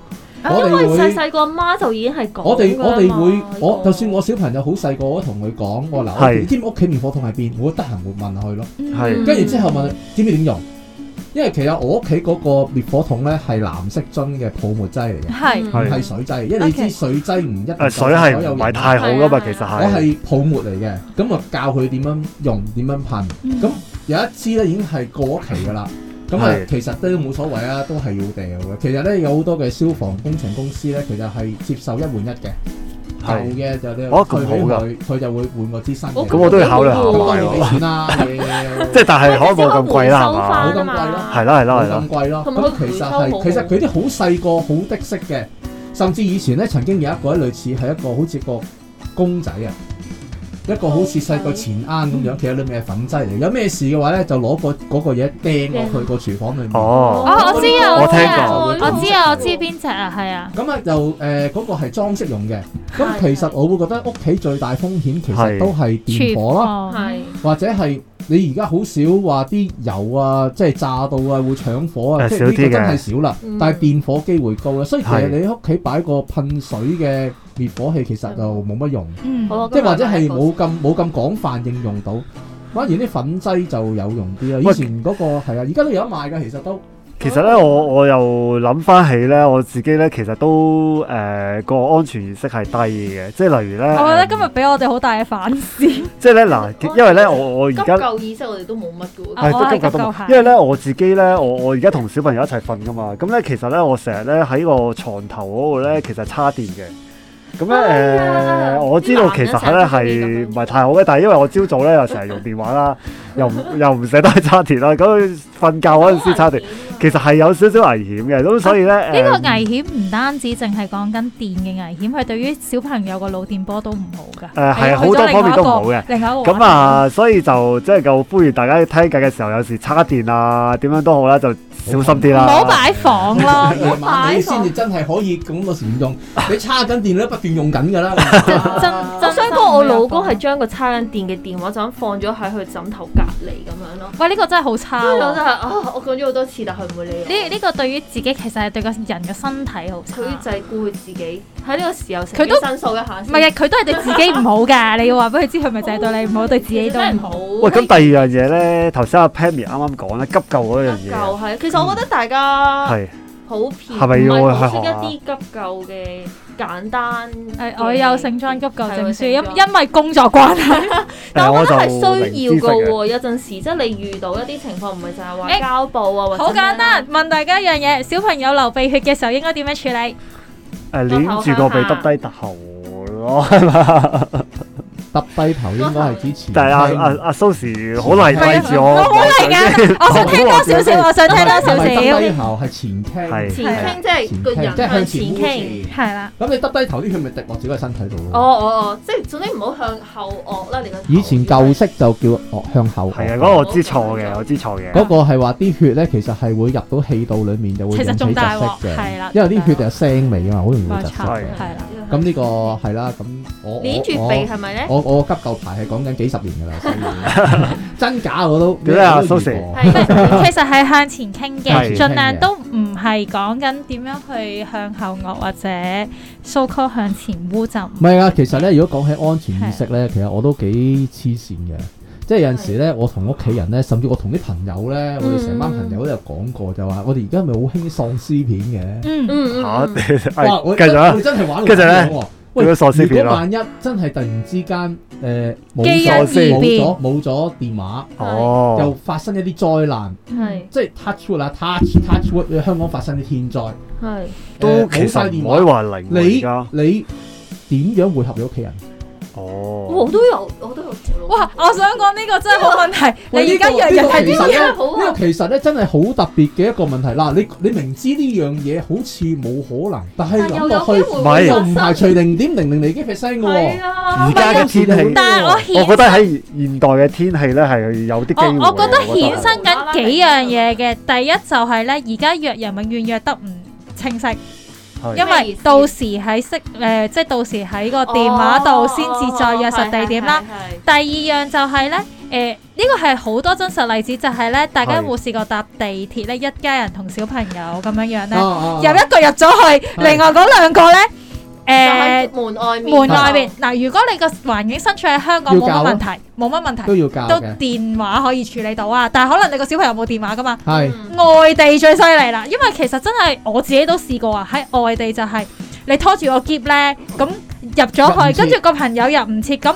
[SPEAKER 3] 我
[SPEAKER 1] 因為
[SPEAKER 3] 哋
[SPEAKER 1] 細
[SPEAKER 3] 會。
[SPEAKER 1] 細個阿媽就已經係講
[SPEAKER 3] 我哋
[SPEAKER 1] 㗎啦
[SPEAKER 3] 我哋
[SPEAKER 1] 嘛
[SPEAKER 3] 會
[SPEAKER 1] 呢
[SPEAKER 3] 我
[SPEAKER 1] 個
[SPEAKER 3] 就算我小朋友好細個，我都同佢講，我話嗱，
[SPEAKER 2] 係
[SPEAKER 3] 你知唔知屋企滅火筒喺邊？我得閒會問佢咯。
[SPEAKER 2] 係
[SPEAKER 3] 跟住之後問佢知唔知點用？因為其實我屋企嗰個滅火筒咧係藍色樽嘅泡沫劑嚟嘅，
[SPEAKER 4] 係
[SPEAKER 2] 係
[SPEAKER 3] 唔係水劑，因為你
[SPEAKER 4] OK
[SPEAKER 3] 知水劑唔一定
[SPEAKER 2] 誒水
[SPEAKER 3] 夠
[SPEAKER 2] 係
[SPEAKER 3] 所有
[SPEAKER 2] 唔係
[SPEAKER 3] 人
[SPEAKER 2] 太好噶嘛？
[SPEAKER 1] 係啊
[SPEAKER 2] 其實
[SPEAKER 3] 我
[SPEAKER 2] 係
[SPEAKER 3] 係泡沫嚟嘅，咁啊教佢點樣用，點樣噴。
[SPEAKER 2] 嗯
[SPEAKER 3] 咁有一支咧已經係過咗期㗎啦。咁啊，
[SPEAKER 2] 係
[SPEAKER 3] 其實都冇所謂啊，都係要掉嘅。其實咧有好多嘅消防工程公司咧，其實係接受一換一嘅，舊
[SPEAKER 2] 係
[SPEAKER 3] 嘅就你
[SPEAKER 2] 哦咁
[SPEAKER 3] 退俾
[SPEAKER 2] 好㗎
[SPEAKER 3] 佢，佢就會換個支新嘅。
[SPEAKER 2] 咁我都要考慮下
[SPEAKER 3] 咁當
[SPEAKER 2] 買
[SPEAKER 3] 然俾
[SPEAKER 2] 喎。
[SPEAKER 3] 錢啦，即
[SPEAKER 2] 即係但係可能冇咁貴啦，係
[SPEAKER 1] 收返
[SPEAKER 2] 嘛？
[SPEAKER 1] 啊
[SPEAKER 3] 冇咁貴咯
[SPEAKER 1] 嘛，
[SPEAKER 2] 係啦係啦
[SPEAKER 3] 冇
[SPEAKER 2] 係啦
[SPEAKER 3] 咁，貴咯。
[SPEAKER 1] 同埋佢
[SPEAKER 3] 咁其實
[SPEAKER 1] 回收
[SPEAKER 3] 係
[SPEAKER 1] 好
[SPEAKER 3] 其實佢啲好細個好的色嘅，甚至以前咧曾經有一個咧類似係一個好似個公仔啊，一個好似細個錢罌咁樣，其實裏面係粉劑嚟。有咩事嘅話咧，就攞個嗰個嘢掟落去個廚房裏面。
[SPEAKER 2] 哦，
[SPEAKER 4] 哦，我知啊，
[SPEAKER 2] 我
[SPEAKER 4] 知
[SPEAKER 2] 聽
[SPEAKER 4] 啊，
[SPEAKER 2] 過
[SPEAKER 4] 我知啊，我知邊只啊，係啊，
[SPEAKER 3] 咁啊就誒嗰、個係裝飾用嘅。咁
[SPEAKER 1] 係
[SPEAKER 3] 其實我會覺得屋企最大風險其實
[SPEAKER 2] 係
[SPEAKER 3] 都係電火啦，
[SPEAKER 4] 房
[SPEAKER 1] 係
[SPEAKER 3] 或者係你而家好少話啲油啊，即係炸到啊會搶火
[SPEAKER 2] 誒
[SPEAKER 3] 啊，即係
[SPEAKER 2] 少
[SPEAKER 3] 呢
[SPEAKER 2] 啲
[SPEAKER 3] 個真
[SPEAKER 2] 嘅
[SPEAKER 3] 係少啦。
[SPEAKER 1] 嗯
[SPEAKER 3] 但係電火機會高啦，所以其實
[SPEAKER 2] 係
[SPEAKER 3] 你屋企擺個噴水嘅滅火器其實就冇乜用，
[SPEAKER 4] 嗯，
[SPEAKER 1] 好啊
[SPEAKER 3] 即係或者係冇咁冇咁廣泛應用到。反而啲粉劑就有用啲啦，
[SPEAKER 2] 喂
[SPEAKER 3] 以前嗰、個係啊，而家都有得賣㗎，其實都
[SPEAKER 2] 其實咧，我我又諗翻起咧，我自己咧其實都誒個、安全意識係低嘅，即係例如咧，
[SPEAKER 4] 我覺得
[SPEAKER 2] 嗯
[SPEAKER 4] 今日啊俾我哋好大嘅反思。
[SPEAKER 2] 即係咧嗱，因為咧我我而
[SPEAKER 1] 急
[SPEAKER 2] 家
[SPEAKER 1] 救意識，我哋都冇乜嘅
[SPEAKER 4] 啊
[SPEAKER 1] 喎。
[SPEAKER 2] 係
[SPEAKER 4] 我係
[SPEAKER 2] 都
[SPEAKER 4] 急
[SPEAKER 2] 急
[SPEAKER 4] 救
[SPEAKER 2] 救
[SPEAKER 4] 下
[SPEAKER 2] 因為咧我自己咧，我我而家同小朋友一齊瞓噶嘛，咁咧其實咧我成日咧喺個床頭嗰度咧其實插電嘅。咁
[SPEAKER 1] 哎
[SPEAKER 2] 咧
[SPEAKER 1] 呀
[SPEAKER 2] 誒，我知道其實咧
[SPEAKER 1] 啲男人成日
[SPEAKER 2] 係
[SPEAKER 1] 都
[SPEAKER 2] 唔係太好嘅，但係因為我朝早咧又成日用電話啦，又唔又唔捨得去插電啦，咁瞓覺嗰陣 時插電，
[SPEAKER 1] 啊
[SPEAKER 2] 其實係有少少危險嘅，咁所以咧
[SPEAKER 4] 呢個
[SPEAKER 2] 誒
[SPEAKER 4] 危險唔單止淨係講緊電嘅危險，係對於小朋友個腦電波都唔好㗎。
[SPEAKER 2] 誒係
[SPEAKER 4] 係啊
[SPEAKER 2] 好多方面都唔好嘅。
[SPEAKER 4] 另外一個話題
[SPEAKER 2] 咁，啊，所以就即係夠呼籲大家聽緊嘅時候，有時叉電啊，點樣都好啦，就小心啲
[SPEAKER 4] 唔
[SPEAKER 2] 啦。
[SPEAKER 4] 好擺房 咯，
[SPEAKER 3] 夜晚你先至真係可以咁個時唔 用，你叉緊電都不斷用緊㗎啦。
[SPEAKER 4] 真真
[SPEAKER 1] 我
[SPEAKER 4] 真
[SPEAKER 1] 想講，我老公係將個叉緊電嘅電話就咁放咗喺佢枕頭隔嚟咁樣咯。
[SPEAKER 4] 喂，呢個真係好差
[SPEAKER 1] 所以我
[SPEAKER 4] 喎！
[SPEAKER 1] 真係啊，我講咗好多次，但佢唔會理我。
[SPEAKER 4] 呢呢個對於自己其實係對個人嘅身體好差。
[SPEAKER 1] 佢就係顧佢自己喺呢個時候，
[SPEAKER 4] 佢都
[SPEAKER 1] 申訴一下
[SPEAKER 4] 唔
[SPEAKER 1] 先。
[SPEAKER 4] 係啊，佢都係對自己唔好 㗎。你要話俾佢知，佢咪就係對你唔好，對自己都唔
[SPEAKER 1] 唔
[SPEAKER 4] 好。
[SPEAKER 1] 好。
[SPEAKER 2] 喂，咁第二樣嘢咧，頭先阿 Pammy 啱啱講咧，急救嗰樣
[SPEAKER 1] 急救啊
[SPEAKER 2] 嘢，啊
[SPEAKER 1] 係，其實我覺得大家
[SPEAKER 2] 係
[SPEAKER 1] 普遍
[SPEAKER 2] 係咪要
[SPEAKER 1] 唔係好
[SPEAKER 2] 去學
[SPEAKER 1] 識一啲急救嘅簡單嘅？
[SPEAKER 4] 誒，我有聖裝急救證書，
[SPEAKER 1] 係有聖裝
[SPEAKER 4] 因因為工作關係。
[SPEAKER 1] 但
[SPEAKER 2] 誒
[SPEAKER 1] 我覺得係
[SPEAKER 2] 就
[SPEAKER 1] 需要
[SPEAKER 2] 零知
[SPEAKER 1] 㗎
[SPEAKER 2] 識嘅
[SPEAKER 1] 喎，有陣時即係你遇到一啲情況，唔係就係話
[SPEAKER 4] 誒
[SPEAKER 1] 膠布啊，或者
[SPEAKER 4] 好簡單，問大家一樣嘢：小朋友流鼻血嘅時候應該點樣處理？
[SPEAKER 2] 誒攣住個
[SPEAKER 1] 向
[SPEAKER 2] 鼻
[SPEAKER 1] 下
[SPEAKER 2] 耷低頭咯，係嘛？
[SPEAKER 3] 耷低頭應該係之前。
[SPEAKER 2] 但係啊阿阿阿 Susie 好嚟
[SPEAKER 4] 係啊
[SPEAKER 2] 睇住我，
[SPEAKER 4] 好嚟㗎，我 想聽多少啊少，我想聽多少
[SPEAKER 3] 唔係耷低
[SPEAKER 4] 少。
[SPEAKER 3] 頭係前傾，
[SPEAKER 2] 係
[SPEAKER 1] 前傾，即係個人
[SPEAKER 3] 前傾即
[SPEAKER 1] 向
[SPEAKER 3] 係向
[SPEAKER 1] 前
[SPEAKER 3] 前
[SPEAKER 1] 傾。
[SPEAKER 4] 係啦，
[SPEAKER 3] 咁你耷低頭啲血咪滴落自己嘅身體度
[SPEAKER 1] 哦
[SPEAKER 3] 咯。
[SPEAKER 1] 哦哦，即係總之唔好向後惡啦，你個頭
[SPEAKER 3] 以前舊式就叫哦向後惡。
[SPEAKER 2] 係啊，嗰個我知錯嘅，我知錯嘅。
[SPEAKER 3] 嗰個係啊話啲血咧，其實係會入到氣道裡面，就會
[SPEAKER 4] 其
[SPEAKER 3] 引
[SPEAKER 4] 實
[SPEAKER 3] 起
[SPEAKER 4] 仲大
[SPEAKER 3] 窒
[SPEAKER 4] 鑊，
[SPEAKER 3] 息嘅。
[SPEAKER 4] 係啦，
[SPEAKER 3] 因為啲血就有腥味啊嘛，好容易會
[SPEAKER 4] 冇
[SPEAKER 3] 窒息
[SPEAKER 4] 錯，
[SPEAKER 2] 係
[SPEAKER 3] 嘅。
[SPEAKER 4] 係啦。
[SPEAKER 3] 咁呢個係啦，咁我我
[SPEAKER 1] 捏住鼻係咪咧？
[SPEAKER 3] 我我急救牌係講緊幾十年㗎啦所 以，真假我都
[SPEAKER 2] 屌你啊
[SPEAKER 3] 我都遇
[SPEAKER 2] Sosze
[SPEAKER 3] 過
[SPEAKER 1] 係
[SPEAKER 4] 其實係向前傾嘅，
[SPEAKER 2] 係
[SPEAKER 4] 盡量都唔係講緊點樣去向後惡或者 so call 向前污就唔
[SPEAKER 3] 唔係啊，其實咧，如果講起安全意識咧，其實我都幾黐線嘅。即係有陣時咧，我同屋企人咧，甚至我同啲朋友咧，我哋成班朋友都有講過，就話我哋而家咪好興啲喪屍片
[SPEAKER 4] 嗯
[SPEAKER 1] 嗯嗯
[SPEAKER 2] 嚇，
[SPEAKER 1] 嗯，
[SPEAKER 3] 嘅。哇！
[SPEAKER 2] 誒
[SPEAKER 3] 我
[SPEAKER 2] 繼續啊
[SPEAKER 3] 我
[SPEAKER 2] 啦，
[SPEAKER 3] 真係玩
[SPEAKER 2] 跟住呢
[SPEAKER 3] 呢
[SPEAKER 2] 叫咗喪屍
[SPEAKER 3] 如
[SPEAKER 2] 片啊
[SPEAKER 3] 果
[SPEAKER 2] 啦。
[SPEAKER 3] 萬一真係突然之間誒
[SPEAKER 4] 基
[SPEAKER 3] 冇
[SPEAKER 4] 因
[SPEAKER 3] 咗
[SPEAKER 2] 異
[SPEAKER 3] 冇
[SPEAKER 4] 變
[SPEAKER 3] 咗冇咗電話，又
[SPEAKER 2] 哦，
[SPEAKER 3] 發生一啲災難，
[SPEAKER 1] 係
[SPEAKER 3] 即係 touch wood 啦，touch touch wood，香港發生啲天災，
[SPEAKER 1] 係
[SPEAKER 2] 都
[SPEAKER 3] 誒
[SPEAKER 2] 其
[SPEAKER 3] 冇晒
[SPEAKER 2] 實
[SPEAKER 3] 電
[SPEAKER 2] 唔
[SPEAKER 3] 話
[SPEAKER 2] 可以話零喎而家。
[SPEAKER 3] 你你點樣會合你屋企人？
[SPEAKER 2] 哦
[SPEAKER 1] 我，都有，我都有做咯。
[SPEAKER 4] 哇！我想講呢個真係冇問題，
[SPEAKER 3] 喂
[SPEAKER 4] 你而家
[SPEAKER 3] 呢個
[SPEAKER 4] 日日
[SPEAKER 3] 呢個
[SPEAKER 4] 係
[SPEAKER 3] 其
[SPEAKER 4] 點
[SPEAKER 3] 實
[SPEAKER 1] 點
[SPEAKER 3] 咧，
[SPEAKER 1] 樣
[SPEAKER 3] 呢
[SPEAKER 1] 好啊
[SPEAKER 3] 個其實咧真係好特別嘅一個問題。嗱，你你明知呢樣嘢好似冇可能，但係諗落去
[SPEAKER 2] 唔係
[SPEAKER 3] 又唔排除零點零零零幾 percent
[SPEAKER 1] 係
[SPEAKER 3] 嘅喎。
[SPEAKER 1] 啊，
[SPEAKER 2] 而家嘅天氣，
[SPEAKER 4] 但係我顯
[SPEAKER 2] 我覺得喺現代嘅天氣咧係有啲機
[SPEAKER 4] 我
[SPEAKER 2] 會嘅。
[SPEAKER 4] 我覺得
[SPEAKER 2] 我覺
[SPEAKER 4] 衍生緊幾樣嘢嘅，第一就係咧，而家約人永遠約得唔清晰，
[SPEAKER 2] 係
[SPEAKER 4] 因為到時喺識誒，即係到時喺個電話度先至再約實地點啦。
[SPEAKER 1] 哦。係係係
[SPEAKER 4] 第二樣就係咧，誒、呢個係好多真實例子，就係、咧，大家有冇試過搭地鐵咧，一家人同小朋友咁樣樣咧，
[SPEAKER 3] 啊
[SPEAKER 4] 有一個入咗去，另外嗰兩個咧，誒、Ờ,
[SPEAKER 1] 哦係就喺門外面，
[SPEAKER 4] 門外邊嗱，如果你個環境身處喺香港
[SPEAKER 3] 要
[SPEAKER 4] 冇
[SPEAKER 3] 教
[SPEAKER 4] 乜
[SPEAKER 3] 咯
[SPEAKER 4] 問題，冇乜問
[SPEAKER 3] 都
[SPEAKER 4] 題，
[SPEAKER 3] 要教
[SPEAKER 4] 都
[SPEAKER 3] 嘅，
[SPEAKER 4] 電話可以處理到啊，但係可能你個小朋友冇電話噶嘛。
[SPEAKER 3] 係
[SPEAKER 1] 嗯
[SPEAKER 4] 外地最犀利啦，因為其實真係我自己都試過啊，喺外地就係、你拖住個箧咧，咁入
[SPEAKER 3] 入
[SPEAKER 4] 咗
[SPEAKER 3] 唔
[SPEAKER 4] 去，
[SPEAKER 3] 切
[SPEAKER 4] 跟住個朋友入唔切，咁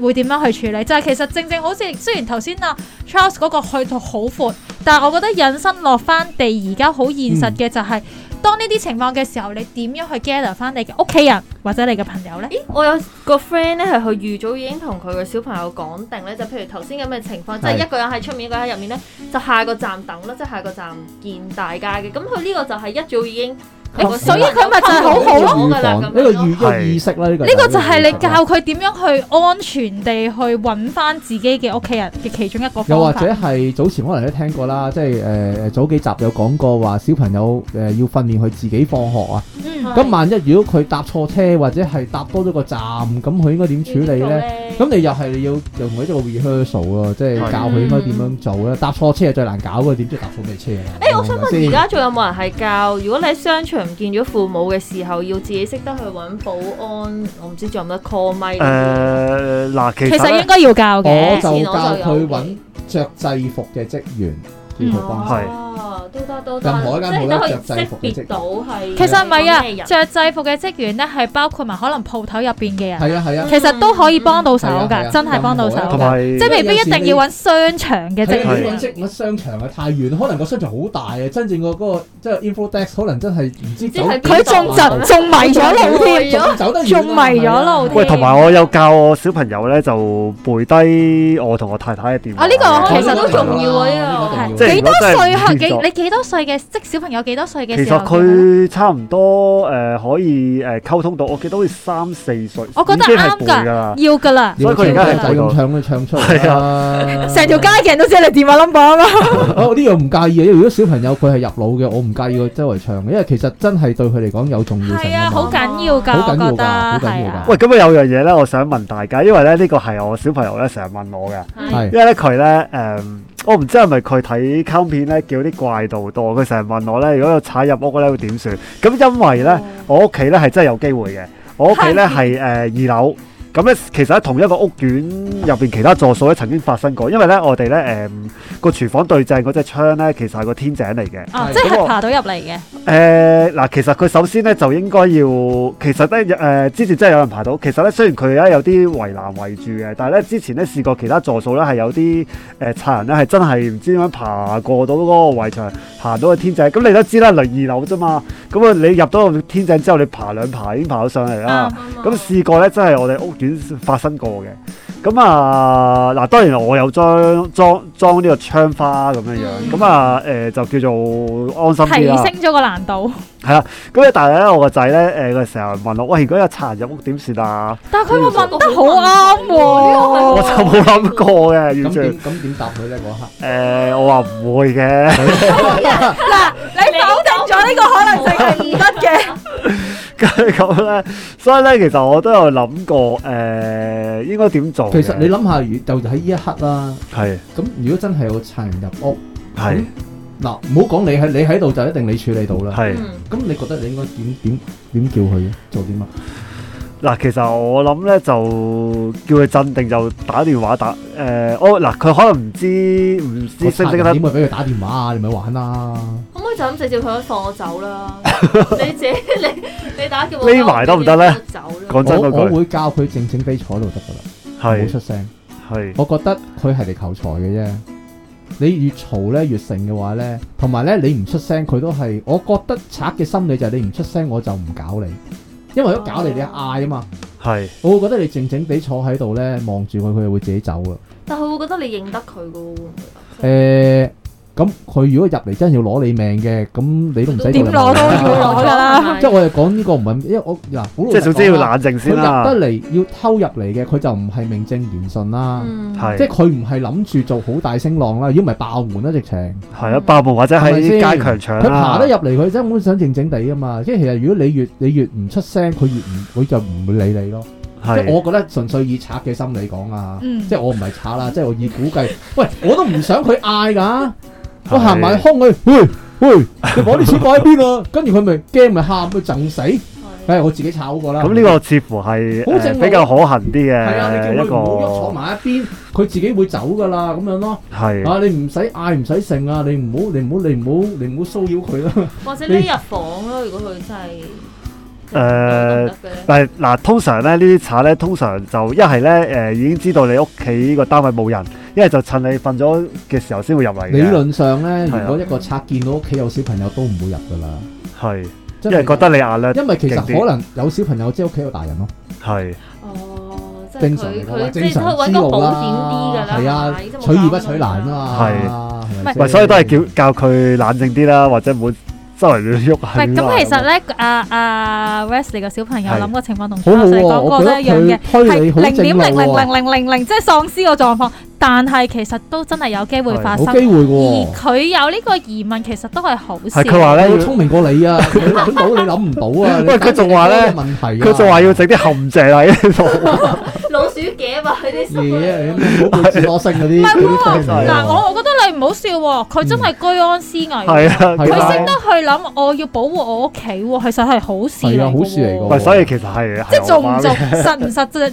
[SPEAKER 4] 會點樣去處理？就係、其實正正好似雖然頭先啊 Charles 嗰個去到好闊，但係我覺得引申落翻地而家好現實嘅就
[SPEAKER 3] 嗯
[SPEAKER 4] 係、當呢啲情況嘅時候，你點樣去 gather 翻你嘅屋企人或者你嘅朋友呢？
[SPEAKER 1] 咦，我有個 friend 咧，係佢預早已經同佢嘅小朋友講定咧，就譬如頭先咁嘅情況，即係
[SPEAKER 3] 係
[SPEAKER 1] 一個人喺出面，一個人喺入面咧，就下個站等啦，即係下個站見大家嘅。咁佢呢個就係一早已經同個小朋友
[SPEAKER 4] 哦所以佢咪就係好好咯
[SPEAKER 1] 講㗎啦
[SPEAKER 3] 呢
[SPEAKER 1] 咁
[SPEAKER 3] 個
[SPEAKER 1] 樣
[SPEAKER 3] 預
[SPEAKER 1] 咯
[SPEAKER 3] 呢個意識啦，呢個
[SPEAKER 4] 呢個就係你教佢點樣去安全地去揾翻自己嘅屋企人嘅其中一個
[SPEAKER 3] 又或
[SPEAKER 4] 方法
[SPEAKER 3] 者。係早前可能都聽過啦，即係誒誒早幾集有講過話小朋友誒要訓練佢自己放學啊。
[SPEAKER 4] 嗯
[SPEAKER 1] 係
[SPEAKER 3] 咁萬一如果佢搭錯車或者係搭多咗個站，咁佢應該點處理呢？咁你又係你要又同佢做個 rehearsal 咯，即係
[SPEAKER 2] 係
[SPEAKER 3] 教佢應該點樣做咧。搭錯車係最難搞嘅，點知搭錯咩車啊？
[SPEAKER 1] 誒，我想
[SPEAKER 3] 係咪
[SPEAKER 1] 問
[SPEAKER 3] 先
[SPEAKER 1] 而家仲有冇人係教？如果你喺商場唔見咗父母嘅時候，要自己識得去揾保安，我唔知仲有冇得 call 咪？
[SPEAKER 2] 誒嗱，其
[SPEAKER 4] 其
[SPEAKER 2] 實
[SPEAKER 4] 實
[SPEAKER 2] 咧
[SPEAKER 4] 應該要教
[SPEAKER 3] 我
[SPEAKER 4] 嘅
[SPEAKER 3] 就。教佢揾着制服嘅職員叫佢幫手。
[SPEAKER 2] 係
[SPEAKER 1] 嗯哦，都得都得，
[SPEAKER 3] 任何一間鋪都
[SPEAKER 1] 即
[SPEAKER 3] 有
[SPEAKER 1] 係
[SPEAKER 3] 着制服
[SPEAKER 1] 可以
[SPEAKER 3] 嘅
[SPEAKER 1] 識
[SPEAKER 3] 職
[SPEAKER 1] 別到哦係
[SPEAKER 4] 其實唔係
[SPEAKER 1] 咩
[SPEAKER 4] 啊，
[SPEAKER 1] 人
[SPEAKER 4] 着制服嘅職員咧係包括埋可能鋪頭入邊嘅人，
[SPEAKER 3] 係啊係啊，
[SPEAKER 4] 其實都可以幫到手
[SPEAKER 3] 係啊係
[SPEAKER 4] 㗎，
[SPEAKER 3] 啊
[SPEAKER 4] 真係幫到手
[SPEAKER 3] 任何
[SPEAKER 2] 同
[SPEAKER 4] 㗎，
[SPEAKER 2] 埋
[SPEAKER 4] 即係未必一定要揾商場嘅職
[SPEAKER 3] 係啊你
[SPEAKER 4] 員
[SPEAKER 3] 揾。職乜商場啊太遠，可能個商場好大啊，真正個嗰個即係 info desk 可能真係唔知
[SPEAKER 1] 唔知
[SPEAKER 3] 走
[SPEAKER 1] 係邊
[SPEAKER 4] 佢仲就仲迷咗路添，
[SPEAKER 3] 仲走得遠啊
[SPEAKER 4] 仲迷咗路
[SPEAKER 2] 喂，
[SPEAKER 4] 添。
[SPEAKER 2] 同埋我有教我小朋友咧，就背低我同我太太嘅電話。
[SPEAKER 4] 啊呢個
[SPEAKER 1] 其
[SPEAKER 4] 其
[SPEAKER 1] 實
[SPEAKER 4] 實
[SPEAKER 1] 都重要啊，呢個係
[SPEAKER 3] 呢個重要
[SPEAKER 2] 即係
[SPEAKER 4] 幾多歲係幾？
[SPEAKER 2] 如果真係唔
[SPEAKER 4] 你幾多歲嘅，即係小朋友幾多歲嘅
[SPEAKER 2] 其
[SPEAKER 4] 時候
[SPEAKER 2] 實
[SPEAKER 4] 嘅咧？
[SPEAKER 2] 佢差唔多誒、呃可以誒、呃、溝通到，我記得好似三四歲，
[SPEAKER 4] 我覺得
[SPEAKER 2] 已經係
[SPEAKER 4] 啱
[SPEAKER 2] 背㗎
[SPEAKER 4] 㗎
[SPEAKER 2] 啦。
[SPEAKER 4] 要㗎啦，
[SPEAKER 2] 所以佢而家係
[SPEAKER 3] 仔咁啊唱都唱出嚟啊
[SPEAKER 2] 係
[SPEAKER 3] 啦。
[SPEAKER 4] 成條街嘅人都知你電話 number 啊嘛。
[SPEAKER 3] 哦，呢個唔介意嘅。如果小朋友佢係入腦嘅，我唔介意佢周圍唱嘅，因為其實真係對佢嚟講有重要性
[SPEAKER 4] 係啊，
[SPEAKER 3] 㗎
[SPEAKER 4] 好
[SPEAKER 3] 嘛。
[SPEAKER 4] 緊要㗎，
[SPEAKER 3] 好
[SPEAKER 4] 我
[SPEAKER 3] 緊要㗎
[SPEAKER 4] 覺得
[SPEAKER 3] 好緊要
[SPEAKER 4] 係
[SPEAKER 3] 㗎
[SPEAKER 4] 啊。
[SPEAKER 2] 喂，咁啊有樣嘢咧，我想問大家，因為咧呢個係我小朋友咧成日問我嘅，
[SPEAKER 3] 係
[SPEAKER 2] 因為咧佢咧誒，我唔知係咪佢睇卡通片咧叫啲怪盜多，佢成日問我咧，如果有踩入屋咧會點算？咁因為咧我屋企咧係真係有機會嘅，我屋企咧係誒二樓。咁咧，其實喺同一個屋苑入邊，其他座數咧曾經發生過，因為咧我哋咧誒個廚房對正嗰隻窗咧，其實係個天井嚟嘅。
[SPEAKER 4] 啊，
[SPEAKER 3] 係
[SPEAKER 4] 即
[SPEAKER 2] 咁
[SPEAKER 4] 係
[SPEAKER 2] 我
[SPEAKER 4] 爬到入嚟嘅，
[SPEAKER 2] 誒嗱，其實佢首先咧就應該要，其實咧誒、呃之前真係有人排到，其實咧雖然佢咧有啲圍欄圍住嘅，但係咧之前咧試過其他座數咧係有啲誒賊人咧係真係唔知點樣爬過到嗰個圍牆，爬到個天井。咁你都知啦，嚟二樓啫嘛，咁啊你入到個天井之後，你爬兩爬已經爬到上嚟啦。
[SPEAKER 1] 啊
[SPEAKER 2] 咁試過咧，真係我哋屋苑發生過嘅。咁啊，嗱當然我有裝裝裝呢個窗花咁樣樣，咁啊誒就叫做安心
[SPEAKER 4] 提
[SPEAKER 2] 啲啦。
[SPEAKER 4] 升咗個難度。
[SPEAKER 2] 咁咧，但係咧，我個仔咧，誒佢成日問我，喂，如果有賊人入屋點算啊？
[SPEAKER 4] 但係佢會問得好啱
[SPEAKER 2] 我
[SPEAKER 4] 喎，
[SPEAKER 2] 就冇諗過嘅，完
[SPEAKER 3] 咁
[SPEAKER 2] 全。
[SPEAKER 3] 點咁點答佢咧？嗰刻
[SPEAKER 2] 誒、我話唔會嘅。
[SPEAKER 4] 嗱，你否定咗呢個可能性係唔得嘅。
[SPEAKER 2] 跟住咁咧，所以咧，其實我都有諗過，誒、應該點做嘅。
[SPEAKER 3] 其實你諗下，如就喺呢一刻啦，
[SPEAKER 2] 係
[SPEAKER 3] 咁如果真係有賊人入屋，
[SPEAKER 2] 係
[SPEAKER 3] 嗱唔好講你喺你喺度就一定你處理到啦。
[SPEAKER 2] 係。
[SPEAKER 3] 咁你覺得你應該點點點叫佢做啲乜？
[SPEAKER 2] 嗱，其實我諗咧就叫佢鎮定，就打電話打誒、我嗱佢可能唔知唔知識唔識
[SPEAKER 3] 個賊人
[SPEAKER 2] 得
[SPEAKER 3] 點會俾佢打電話啊？你咪玩啦！
[SPEAKER 1] 可唔可以就咁直接佢放我走啦？你自己你你打叫我
[SPEAKER 2] 匿埋得唔得咧？
[SPEAKER 1] 走啦，
[SPEAKER 2] 講真
[SPEAKER 3] 我我
[SPEAKER 2] 嗰句，
[SPEAKER 3] 會教佢靜靜地坐喺度得噶啦，唔好
[SPEAKER 2] 係
[SPEAKER 3] 出聲。
[SPEAKER 2] 係
[SPEAKER 3] 我覺得佢係嚟求財嘅啫。你越嘈咧越盛嘅話咧，同埋咧你唔出聲，佢都係。我覺得賊嘅心理就係你唔出聲，我就唔搞你，因為一搞你你嗌啊嘛。
[SPEAKER 2] 係
[SPEAKER 3] 我會覺得你靜靜地坐喺度咧，望住佢，佢就會自己走啦。
[SPEAKER 1] 但佢會覺得你認得佢噶喎，會唔會啊？
[SPEAKER 3] 誒、咁佢如果入嚟真係要攞你命嘅，咁你都唔使
[SPEAKER 4] 點
[SPEAKER 3] 過嚟
[SPEAKER 4] 攞都
[SPEAKER 3] 問
[SPEAKER 4] 要攞㗎啦
[SPEAKER 1] 係
[SPEAKER 3] 即係我哋講呢個唔係，因為我嗱，好老
[SPEAKER 2] 即係
[SPEAKER 3] 實
[SPEAKER 2] 總之要
[SPEAKER 3] 講啦
[SPEAKER 2] 冷靜
[SPEAKER 3] 佢
[SPEAKER 2] 先啦
[SPEAKER 3] 入。得嚟要偷入嚟嘅，佢就唔係名正言順啦。
[SPEAKER 1] 嗯，
[SPEAKER 2] 係
[SPEAKER 3] 即係佢唔係諗住做好大聲浪啦，如果唔係爆門啦直情。
[SPEAKER 2] 係啊，爆門或者
[SPEAKER 3] 係
[SPEAKER 2] 喺
[SPEAKER 3] 咪先
[SPEAKER 2] 街強搶
[SPEAKER 3] 佢
[SPEAKER 2] 啦
[SPEAKER 3] 爬得。入嚟，佢真本想靜靜地噶嘛。即係其實如果你越你越唔出聲，佢越唔佢就唔會理你咯。即係
[SPEAKER 2] 係
[SPEAKER 3] 我覺得純粹以賊嘅心理講啊，
[SPEAKER 4] 嗯
[SPEAKER 3] 即係我唔係賊啦，即係我以估 計。喂，我都唔想佢嗌㗎，我
[SPEAKER 2] 係
[SPEAKER 3] 行埋兇佢，喂喂，你攞啲錢放喺邊啊？跟住佢咪驚咪喊，咪贈死。梗係我自己炒過啦。
[SPEAKER 2] 咁呢個似乎係
[SPEAKER 3] 好正
[SPEAKER 2] 誒
[SPEAKER 3] 路
[SPEAKER 2] 比較可行啲
[SPEAKER 3] 係啊，你
[SPEAKER 2] 嘅
[SPEAKER 3] 叫
[SPEAKER 2] 一
[SPEAKER 3] 佢唔好喐坐
[SPEAKER 2] 個
[SPEAKER 3] 埋一邊，佢自己會走㗎啦，咁樣咯。
[SPEAKER 2] 係
[SPEAKER 3] 啊！你唔使嗌，唔使剩啊！你唔好，你唔好，你唔好，你唔好騷擾佢啦。
[SPEAKER 1] 或者匿入房咯，如果佢真係 Ờ,
[SPEAKER 2] 誒。但係嗱，通常咧呢啲賊咧，通常就一係咧誒已經知道你屋企個單位冇人，一係就趁你瞓咗嘅時候先會入嚟
[SPEAKER 3] 理
[SPEAKER 2] 嘅，
[SPEAKER 3] 論上咧，
[SPEAKER 2] 係啊
[SPEAKER 3] 如果一個賊見到屋企有小朋友，都唔會入噶啦，
[SPEAKER 2] 係
[SPEAKER 3] 因
[SPEAKER 2] 因為覺得你壓力
[SPEAKER 3] 因為其實
[SPEAKER 2] 勁啲
[SPEAKER 3] 可能有小朋友即係屋企有大人咯。
[SPEAKER 2] 係
[SPEAKER 1] Ờ, 哦，即係
[SPEAKER 3] 正常嚟
[SPEAKER 1] 佢
[SPEAKER 3] 講，
[SPEAKER 1] 佢
[SPEAKER 3] 正
[SPEAKER 1] 即係都
[SPEAKER 3] 常
[SPEAKER 1] 揾
[SPEAKER 3] 之
[SPEAKER 1] 個
[SPEAKER 3] 路
[SPEAKER 1] 保險啲
[SPEAKER 3] 啦
[SPEAKER 1] 㗎，啦，
[SPEAKER 3] 係啊，
[SPEAKER 1] 係咪
[SPEAKER 3] 取易不取難啊。嘛，係咪
[SPEAKER 2] 咪
[SPEAKER 3] 先
[SPEAKER 2] 所以都係叫教佢冷靜啲啦，或者唔好周圍亂喐
[SPEAKER 4] 喂，
[SPEAKER 2] 係
[SPEAKER 4] 咁其實咧，阿阿 Wesley 個小朋友
[SPEAKER 2] 係
[SPEAKER 4] 諗個情況同
[SPEAKER 3] 好好
[SPEAKER 4] Charles
[SPEAKER 3] 喎，
[SPEAKER 4] 講
[SPEAKER 3] 我
[SPEAKER 4] 過
[SPEAKER 3] 覺
[SPEAKER 4] 都
[SPEAKER 3] 得
[SPEAKER 4] 一樣嘅
[SPEAKER 3] 佢，推理好
[SPEAKER 4] 零
[SPEAKER 3] 正
[SPEAKER 4] 點
[SPEAKER 3] 路
[SPEAKER 4] 零零
[SPEAKER 3] 喎，
[SPEAKER 4] 零零零零，即係喪屍個狀況。但係其實都真係有機會發
[SPEAKER 3] 冇
[SPEAKER 4] 生，
[SPEAKER 3] 機會
[SPEAKER 4] 而
[SPEAKER 3] 喎。
[SPEAKER 4] 佢有呢個疑問，其實都係好事。
[SPEAKER 2] 係佢話
[SPEAKER 3] 佢
[SPEAKER 2] 咧
[SPEAKER 3] 好，聰明過你啊！佢諗到你諗唔到啊！你
[SPEAKER 2] 喂佢仲話咧
[SPEAKER 3] 你問題啊，
[SPEAKER 2] 佢仲話要整啲陷阱喺度。
[SPEAKER 1] 老鼠夾啊，佢啲
[SPEAKER 3] 嘢，你唔好背自我性嗰啲
[SPEAKER 4] 唔係喎
[SPEAKER 3] 嗰啲 friend 嚟
[SPEAKER 4] 嗱，
[SPEAKER 3] 啊
[SPEAKER 4] 我我覺得你唔好笑喎，佢真係居安思危
[SPEAKER 2] 係
[SPEAKER 4] 喎。
[SPEAKER 2] 啊，
[SPEAKER 3] 係
[SPEAKER 4] 佢
[SPEAKER 3] 啊
[SPEAKER 4] 識得去諗，我要保護我屋企喎，其實係好事
[SPEAKER 3] 係啊
[SPEAKER 4] 嚟
[SPEAKER 3] 好事嚟
[SPEAKER 4] 嘅
[SPEAKER 3] 㗎啊
[SPEAKER 4] 喎
[SPEAKER 2] 喂，所以其實係
[SPEAKER 4] 即係做唔做
[SPEAKER 2] 係
[SPEAKER 4] 實唔實際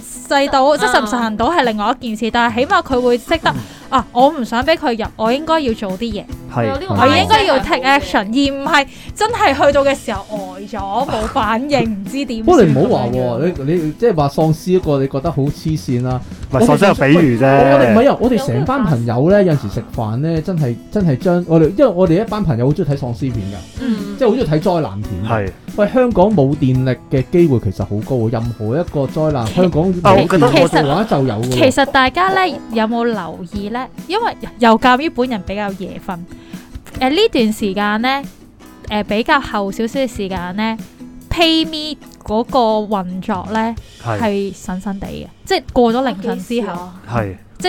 [SPEAKER 4] 際到，即係實唔
[SPEAKER 1] 啊
[SPEAKER 4] 實行到係另外一件事，但係起碼佢會識
[SPEAKER 3] 嗯
[SPEAKER 4] 得啊，我唔想俾佢入，我應該要做啲嘢，
[SPEAKER 2] 係
[SPEAKER 1] 有呢個
[SPEAKER 3] 啊
[SPEAKER 4] 我應該要
[SPEAKER 1] 係
[SPEAKER 4] take action，而唔係真係去到嘅時候呆咗冇反應，唔知點
[SPEAKER 3] 不
[SPEAKER 4] 算咁樣樣。
[SPEAKER 3] 過你唔好話喎，你你即係話喪屍一個，你覺得好黐線啦。
[SPEAKER 2] 唔係喪屍係比喻啫。
[SPEAKER 3] 我哋唔係啊，我哋成班朋友咧，有陣時食飯咧，真係真係將我哋，因為我哋一班朋友好中意睇喪屍片㗎，
[SPEAKER 1] 嗯，
[SPEAKER 3] 即係好中意睇災難片。
[SPEAKER 2] 係
[SPEAKER 3] 喂，香港冇電力嘅機會其實好高喎，任何一個災難，香港
[SPEAKER 2] 啊
[SPEAKER 3] 冇
[SPEAKER 2] 我覺得
[SPEAKER 3] 電力
[SPEAKER 4] 其實
[SPEAKER 3] 嘅話就有㗎
[SPEAKER 4] 其
[SPEAKER 3] 喎。
[SPEAKER 4] 實大家咧有冇留意咧？因為又鑑於本人比較夜瞓，誒呢段時間呢，誒、比較後少少嘅時間呢 PayMe 嗰個運作呢
[SPEAKER 2] 係
[SPEAKER 4] 係神神地嘅，即係過咗凌晨之
[SPEAKER 1] 啊 à?
[SPEAKER 4] 後，
[SPEAKER 2] 係，
[SPEAKER 4] 即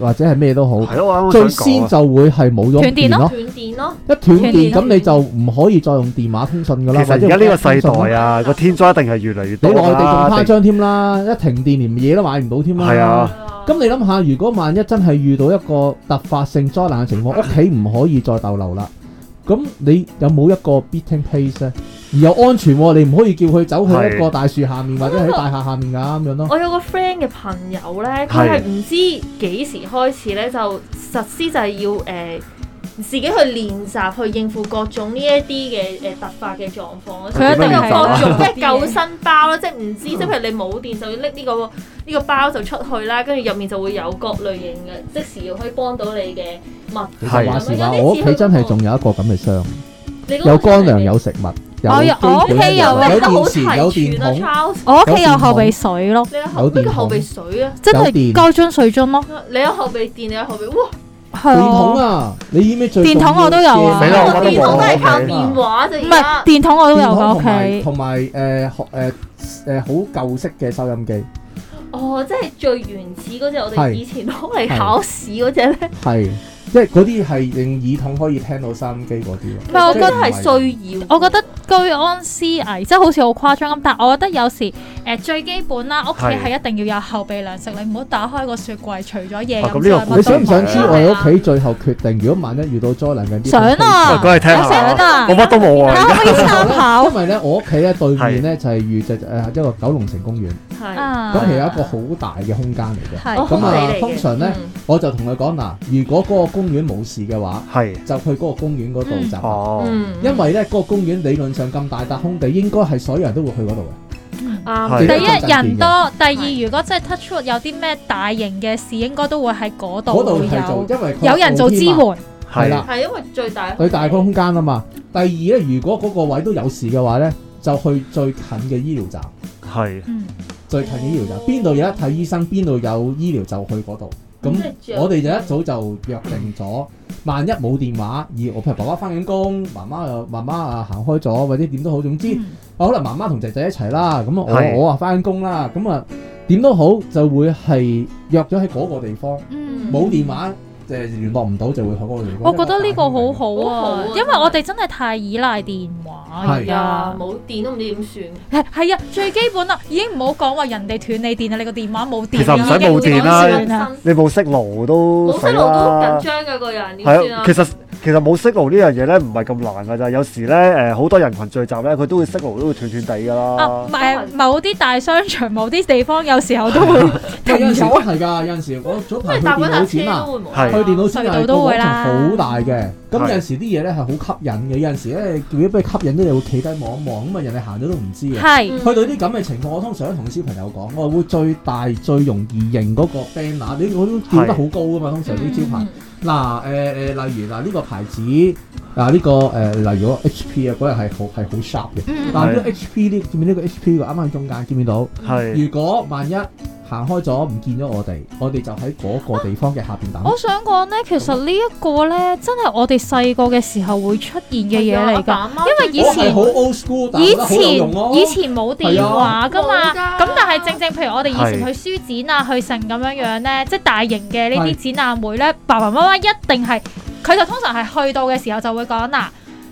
[SPEAKER 3] 或者係咩都好，
[SPEAKER 2] 係咯，我啱
[SPEAKER 3] 最
[SPEAKER 2] 啱想講
[SPEAKER 3] 先
[SPEAKER 2] 啊
[SPEAKER 3] 就會係冇咗
[SPEAKER 4] 斷電
[SPEAKER 3] 電
[SPEAKER 4] 咯
[SPEAKER 3] 咯
[SPEAKER 1] 斷。電咯，
[SPEAKER 3] 一斷電
[SPEAKER 1] 斷電
[SPEAKER 3] 咁你就唔可以再用電話通訊噶
[SPEAKER 2] 其
[SPEAKER 3] 啦。
[SPEAKER 2] 實而家呢個世
[SPEAKER 3] 或者用 app 通訊
[SPEAKER 2] 代
[SPEAKER 3] 啦
[SPEAKER 2] 啊，個天災一定係越嚟越
[SPEAKER 3] 你
[SPEAKER 2] 多
[SPEAKER 3] 內地
[SPEAKER 2] 啦。
[SPEAKER 3] 仲誇
[SPEAKER 2] 地
[SPEAKER 3] 張添啦，一停電連嘢都買唔到添啦。
[SPEAKER 2] 係啊
[SPEAKER 3] 咁你諗下，如果萬一真係遇到一個突發性災難嘅情況，屋企唔可以再逗留啦。咁你有冇一個 beating pace 咧？而又安全喎，你唔可以叫佢走去一個
[SPEAKER 2] 係
[SPEAKER 3] 大樹下面或者喺大廈下面㗎咁樣咯。
[SPEAKER 1] 我有個 friend 嘅朋友咧，佢
[SPEAKER 2] 係
[SPEAKER 1] 係唔知幾時開始咧就實施就係要誒、呃自己去練習去應付各種呢一啲嘅誒突發嘅狀況。
[SPEAKER 4] 佢
[SPEAKER 2] 一定
[SPEAKER 1] 有
[SPEAKER 2] 係
[SPEAKER 1] 各種
[SPEAKER 4] 啊
[SPEAKER 1] 咩救生包啦，即係唔
[SPEAKER 3] 哦
[SPEAKER 1] 知即係譬如你冇電就要拎呢、個呢、個包就出去啦，跟住入面就會有各類型嘅即時可以幫到你嘅物
[SPEAKER 3] 其
[SPEAKER 1] 品。
[SPEAKER 3] 實
[SPEAKER 2] 係
[SPEAKER 3] 話
[SPEAKER 1] 有
[SPEAKER 3] 時話，
[SPEAKER 1] 啲似
[SPEAKER 3] 我屋企真係
[SPEAKER 1] 佢
[SPEAKER 3] 仲有一個咁嘅箱，
[SPEAKER 1] 你嗰個
[SPEAKER 3] 有乾糧，有食物，
[SPEAKER 4] 我
[SPEAKER 3] 有
[SPEAKER 4] 有
[SPEAKER 3] 基本
[SPEAKER 4] 我屋企有
[SPEAKER 3] 嘅嘢
[SPEAKER 4] 嘅
[SPEAKER 3] 有
[SPEAKER 1] 你都好齊
[SPEAKER 3] 電池，
[SPEAKER 1] 全啊
[SPEAKER 3] 有電筒，
[SPEAKER 1] Charles，
[SPEAKER 4] 我屋企有後備水咯，
[SPEAKER 1] 你有後
[SPEAKER 3] 有電
[SPEAKER 1] 咩叫後備
[SPEAKER 3] 筒
[SPEAKER 1] 水啊？
[SPEAKER 4] 真
[SPEAKER 3] 有電
[SPEAKER 4] 係膠樽水樽咯，
[SPEAKER 1] 你有後備電，你有後備，哇！
[SPEAKER 4] 係
[SPEAKER 3] 電筒
[SPEAKER 4] 啊，
[SPEAKER 3] 啊！你知唔知最
[SPEAKER 4] 電筒
[SPEAKER 3] 重要
[SPEAKER 4] 我都有
[SPEAKER 1] 哦
[SPEAKER 4] 啊
[SPEAKER 2] 死啦我覺得
[SPEAKER 1] 電筒
[SPEAKER 2] 冇
[SPEAKER 1] 都係靠
[SPEAKER 2] 我屋企
[SPEAKER 1] 電話啫，
[SPEAKER 4] 唔
[SPEAKER 1] 而
[SPEAKER 4] 係
[SPEAKER 1] 家
[SPEAKER 4] 電筒我都有
[SPEAKER 3] 電
[SPEAKER 4] 㗎
[SPEAKER 3] 筒
[SPEAKER 4] 屋
[SPEAKER 3] 同埋
[SPEAKER 4] 企，
[SPEAKER 3] 同埋誒學誒誒好舊式嘅收音機，
[SPEAKER 1] 哦，即係最原始嗰只，我
[SPEAKER 3] 係
[SPEAKER 1] 哋以前攞嚟考試嗰只咧，
[SPEAKER 3] 係即係嗰啲係用耳筒可以聽到收音機嗰啲
[SPEAKER 1] 唔
[SPEAKER 3] 咯。
[SPEAKER 1] 係我覺得
[SPEAKER 3] 即係唔係
[SPEAKER 1] 係需要。
[SPEAKER 4] 我覺得居安思危，即係好似好誇張咁，但係我覺得有時誒、最基本啦，屋企
[SPEAKER 2] 係
[SPEAKER 4] 係一定要有後備糧食，你唔好打開個雪櫃，除咗嘢
[SPEAKER 2] 啊咁
[SPEAKER 4] 咁
[SPEAKER 2] 呢
[SPEAKER 4] 之
[SPEAKER 2] 個
[SPEAKER 4] 外，
[SPEAKER 2] 故
[SPEAKER 3] 你
[SPEAKER 4] 乜都
[SPEAKER 3] 想唔
[SPEAKER 4] 唔
[SPEAKER 3] 想
[SPEAKER 4] 想
[SPEAKER 3] 知我喺屋企最後決定？如果萬一遇到災難嘅啲，
[SPEAKER 4] 想啊
[SPEAKER 2] 喂講嚟聽
[SPEAKER 4] 我想
[SPEAKER 2] 下，
[SPEAKER 4] 啊
[SPEAKER 2] 我乜 都冇
[SPEAKER 4] 睇
[SPEAKER 2] 啊
[SPEAKER 4] 下可唔可以參考
[SPEAKER 3] 因為咧，我屋企咧對面咧就係遇隻誒一個九龍城公園，
[SPEAKER 1] 係
[SPEAKER 4] 啊
[SPEAKER 3] 咁？係有一個好大嘅空間嚟嘅。
[SPEAKER 1] 我
[SPEAKER 4] 係
[SPEAKER 1] 好
[SPEAKER 3] 咁
[SPEAKER 1] 理
[SPEAKER 3] 啊
[SPEAKER 1] 你，嘅
[SPEAKER 3] 通常咧
[SPEAKER 1] 嗯
[SPEAKER 3] 我就同佢講嗱，如果嗰個公園冇事嘅話，
[SPEAKER 2] 而家，係
[SPEAKER 3] 就去嗰個公園嗰度
[SPEAKER 4] 嗯
[SPEAKER 3] 集合。
[SPEAKER 2] 哦，
[SPEAKER 1] 嗯
[SPEAKER 3] 因為咧嗰個公園理論上咁大笪空地，應該係所有人都會去嗰度嘅。
[SPEAKER 1] 啱
[SPEAKER 2] 係
[SPEAKER 4] 第
[SPEAKER 1] 嘅。
[SPEAKER 4] 一人多，第二如果真係 touch wood 有啲咩大型嘅事，應該都會喺嗰度
[SPEAKER 3] 嗰度
[SPEAKER 4] 會
[SPEAKER 3] 係做，
[SPEAKER 4] 有
[SPEAKER 3] 因為佢
[SPEAKER 4] 有人做支援，
[SPEAKER 3] 露天嘛
[SPEAKER 4] 係
[SPEAKER 3] 係啦
[SPEAKER 1] 係因為最大
[SPEAKER 3] 佢大個空間啊嘛。第二咧，如果嗰個位都有事嘅話咧，就去最近嘅醫療站，
[SPEAKER 2] 係
[SPEAKER 3] 最近嘅醫療站邊度有得睇醫生，邊度有醫療就去嗰度。咁
[SPEAKER 1] 即係
[SPEAKER 3] 我哋就一早就約定咗，萬一冇電話，而我譬如爸爸翻緊工，媽媽又媽媽啊行開咗，或者點都好，總之、
[SPEAKER 4] 嗯
[SPEAKER 3] 啊可能媽媽同仔仔一齊啦。咁啊
[SPEAKER 2] 係
[SPEAKER 3] 我我啊翻工啦，咁啊點都好就會係約咗喺嗰個地方。
[SPEAKER 4] 嗯
[SPEAKER 3] 冇電話誒聯絡唔到就會去嗰個地方。
[SPEAKER 4] 我覺得呢個好好
[SPEAKER 1] 好好
[SPEAKER 4] 啊
[SPEAKER 1] 啊，
[SPEAKER 4] 因為我哋真係太依賴電話而
[SPEAKER 1] 係
[SPEAKER 4] 家
[SPEAKER 1] 啊，。冇電都唔知點算。
[SPEAKER 4] 係係啊，最基本啦，已經唔好講話人哋斷你電啊，你個電話冇電
[SPEAKER 2] 其實唔使
[SPEAKER 4] 已經
[SPEAKER 2] 冇電啦
[SPEAKER 4] 點算啊
[SPEAKER 2] 你冇息路都
[SPEAKER 1] 冇
[SPEAKER 2] 使
[SPEAKER 1] 細路都緊
[SPEAKER 2] 啦。
[SPEAKER 1] 張嘅個人，點
[SPEAKER 2] 係
[SPEAKER 1] 算
[SPEAKER 2] 啊
[SPEAKER 1] 啊，？
[SPEAKER 2] 其實其實冇 signal 呢樣嘢咧，唔係咁難㗎咋。有時咧，誒好多人群聚集咧，佢都會 signal 都會斷斷地㗎
[SPEAKER 4] 啊
[SPEAKER 2] 啦，。
[SPEAKER 4] 誒某啲大商場、某啲地方，有時候都 會
[SPEAKER 3] 有
[SPEAKER 4] 停
[SPEAKER 3] 陣時都
[SPEAKER 4] 咗。
[SPEAKER 3] 係㗎，有陣時我早
[SPEAKER 1] 即
[SPEAKER 3] 排
[SPEAKER 1] 係
[SPEAKER 3] 去
[SPEAKER 1] 搭
[SPEAKER 3] 電
[SPEAKER 1] 嗰架
[SPEAKER 3] 腦展
[SPEAKER 1] 車
[SPEAKER 3] 啊
[SPEAKER 1] 都，會冇啦。
[SPEAKER 2] 係
[SPEAKER 3] 去電腦展
[SPEAKER 4] 隧
[SPEAKER 3] 係
[SPEAKER 4] 道
[SPEAKER 3] 個
[SPEAKER 4] 都啊會
[SPEAKER 3] 廣
[SPEAKER 4] 啦
[SPEAKER 3] 場好大嘅，咁有
[SPEAKER 2] 係
[SPEAKER 3] 陣時啲嘢咧係好吸引嘅，有陣時咧如果俾佢吸引咗，你會企低望一望，咁啊人哋行咗都唔知嘅。
[SPEAKER 4] 係
[SPEAKER 1] 嗯
[SPEAKER 3] 去到啲咁嘅情況，我通常都同小朋友講，我會最大最容易認嗰個 banner，你我都叫得好高㗎嘛，通
[SPEAKER 4] 嗯
[SPEAKER 3] 常啲招牌。嗱誒誒，例如嗱呢個牌子，嗱呢個誒例如嗰個 HP 啊，嗰日係好係好 sharp 嘅。
[SPEAKER 4] 嗯
[SPEAKER 3] 嗱呢個 HP 呢，見唔見呢個 HP 個啱啱喺中間，見唔見到？
[SPEAKER 2] 係
[SPEAKER 3] 如果萬一行開咗唔見咗我哋，我哋就喺嗰個地方嘅下邊等。
[SPEAKER 4] 我想講呢，其實呢一個呢，真係我哋細個嘅時候會出現嘅嘢嚟㗎。
[SPEAKER 1] 㗎
[SPEAKER 4] 因為以前
[SPEAKER 3] 我係好 old school，但係
[SPEAKER 4] 以
[SPEAKER 3] 覺得好有用咯啊
[SPEAKER 4] 前以前冇電話噶嘛，
[SPEAKER 1] 係啊
[SPEAKER 4] 咁但係正正譬如我哋以前
[SPEAKER 2] 係
[SPEAKER 4] 去書展啊、去成咁樣樣咧，即係大型嘅呢啲展覽會咧，爸爸媽媽一定係佢就通常係去到嘅時候就會講嗱，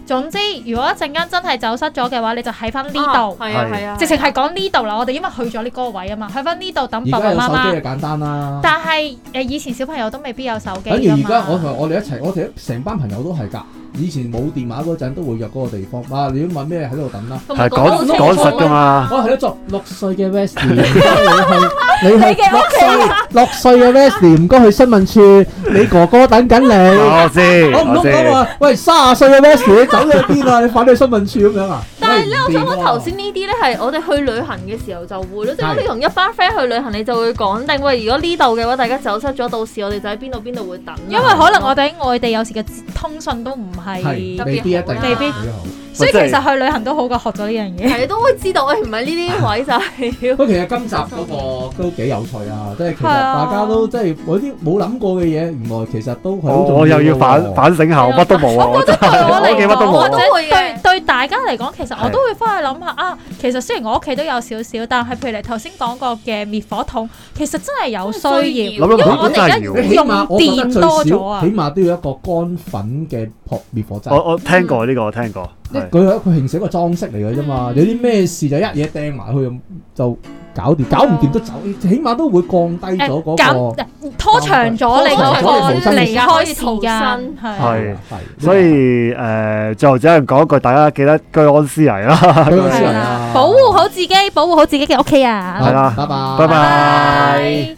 [SPEAKER 4] 總之如果一陣間真係走失咗嘅話，你就喺翻呢度，
[SPEAKER 1] 係啊係啊，
[SPEAKER 4] 直情係講呢度啦。我哋因為去咗呢個位啊嘛，去翻呢度等
[SPEAKER 3] 而
[SPEAKER 4] 爸爸
[SPEAKER 3] 家有
[SPEAKER 4] 媽
[SPEAKER 3] 手機啊
[SPEAKER 4] 媽。
[SPEAKER 3] 就簡單啦。
[SPEAKER 4] 但呃係誒以前小朋友都未未必有手機
[SPEAKER 3] 等於
[SPEAKER 4] 㗎
[SPEAKER 3] 而家我
[SPEAKER 4] 嘛，
[SPEAKER 3] 同我哋一齊，我哋成班朋友都係㗎。以前冇電話嗰陣都會約嗰個地方。哇！你要問咩喺度等啦？
[SPEAKER 1] 同
[SPEAKER 2] 係
[SPEAKER 1] 埋講得好
[SPEAKER 2] 講
[SPEAKER 1] 清楚
[SPEAKER 2] 講實㗎嘛。
[SPEAKER 3] 我係都作六歲嘅 Westy，你去你
[SPEAKER 4] 你
[SPEAKER 3] 去
[SPEAKER 4] 嘅
[SPEAKER 3] 六
[SPEAKER 4] 屋企
[SPEAKER 3] 歲
[SPEAKER 1] 啊
[SPEAKER 3] 六歲嘅 Westy，唔該去新聞處，你哥哥等緊你。
[SPEAKER 2] 我知，
[SPEAKER 3] 我唔
[SPEAKER 2] 我
[SPEAKER 3] 通
[SPEAKER 2] 知。
[SPEAKER 3] 講話，喂，卅歲嘅 Westy，你走咗去邊啊？你快啲去新聞處咁樣啊？
[SPEAKER 1] 但係咧，我
[SPEAKER 3] 喂
[SPEAKER 1] 想
[SPEAKER 3] 唔掂
[SPEAKER 1] 講
[SPEAKER 3] 喎
[SPEAKER 1] 頭先呢啲咧係我哋去旅行嘅時候就會咯，即係我
[SPEAKER 3] 係
[SPEAKER 1] 哋同一班 friend 去旅行，你就會講定喂，如果呢度嘅話，大家走失咗，到時我哋就喺邊度邊度會等啊。
[SPEAKER 4] 因為可能我哋喺外地有時嘅通訊都唔
[SPEAKER 3] 係
[SPEAKER 1] 特別啊
[SPEAKER 4] 係，
[SPEAKER 3] 未必一定，啊
[SPEAKER 1] 未
[SPEAKER 4] 必
[SPEAKER 3] 好。
[SPEAKER 4] 所以
[SPEAKER 2] 喂
[SPEAKER 4] 其
[SPEAKER 2] 真係
[SPEAKER 4] 實去旅行都好過學咗呢樣嘢。
[SPEAKER 1] 係都會知道，誒唔係呢啲位就係
[SPEAKER 3] 不過其實今集嗰個都幾有趣啊！即係其實
[SPEAKER 4] 係啊
[SPEAKER 3] 大家都即係嗰啲冇諗過嘅嘢，原來其實都係好重啊
[SPEAKER 2] 我我又要
[SPEAKER 3] 嘅喎
[SPEAKER 2] 反反省下，我乜都冇啊！我真
[SPEAKER 4] 對我
[SPEAKER 2] 係我屋企
[SPEAKER 4] 嚟
[SPEAKER 2] 乜都
[SPEAKER 4] 講，或
[SPEAKER 1] 我
[SPEAKER 4] 者
[SPEAKER 1] 都
[SPEAKER 2] 冇啊。
[SPEAKER 1] 會
[SPEAKER 4] 對
[SPEAKER 1] 嘅
[SPEAKER 4] 對大家嚟講，其實我
[SPEAKER 2] 係
[SPEAKER 4] 都會翻去諗下啊。其實雖然我屋企都有少少，但係譬如你頭先講過嘅滅火筒，其實真係有需要，
[SPEAKER 1] 需
[SPEAKER 4] 因
[SPEAKER 1] 要
[SPEAKER 4] 為
[SPEAKER 2] 諗諗
[SPEAKER 4] 我
[SPEAKER 2] 諗
[SPEAKER 4] 哋
[SPEAKER 2] 真
[SPEAKER 4] 而
[SPEAKER 2] 係
[SPEAKER 4] 家
[SPEAKER 2] 要。
[SPEAKER 3] 你起碼我覺得
[SPEAKER 4] 用
[SPEAKER 3] 最
[SPEAKER 4] 電多咗
[SPEAKER 3] 少，
[SPEAKER 4] 啊
[SPEAKER 3] 起碼都要一個乾粉嘅撲滅
[SPEAKER 2] 我
[SPEAKER 3] 火劑。
[SPEAKER 2] 我聽過呢個，我聽過。
[SPEAKER 3] 一
[SPEAKER 2] 係
[SPEAKER 3] 佢係佢形成一個裝飾嚟嘅啫嘛，有啲咩事就一嘢掟埋去就搞掂，搞唔掂都走，起碼都會降低
[SPEAKER 4] 誒
[SPEAKER 3] 咗嗰
[SPEAKER 4] 減
[SPEAKER 3] 個
[SPEAKER 4] 拖長咗你嗰
[SPEAKER 1] 哦拖長咗
[SPEAKER 4] 個
[SPEAKER 1] 你逃生
[SPEAKER 4] 離開時
[SPEAKER 1] 逃
[SPEAKER 4] 間
[SPEAKER 1] 生
[SPEAKER 4] 係。
[SPEAKER 2] 係，
[SPEAKER 3] 係
[SPEAKER 2] 所以誒，最後只能講一句，大家記得居安思危啦。
[SPEAKER 3] 佢個思
[SPEAKER 4] 係
[SPEAKER 3] 維
[SPEAKER 4] 啦
[SPEAKER 3] 啊，
[SPEAKER 4] 啊保護好自己，保護好自己嘅屋企人。
[SPEAKER 2] 係啦
[SPEAKER 3] 拜
[SPEAKER 2] 拜
[SPEAKER 3] 拜，
[SPEAKER 2] 拜。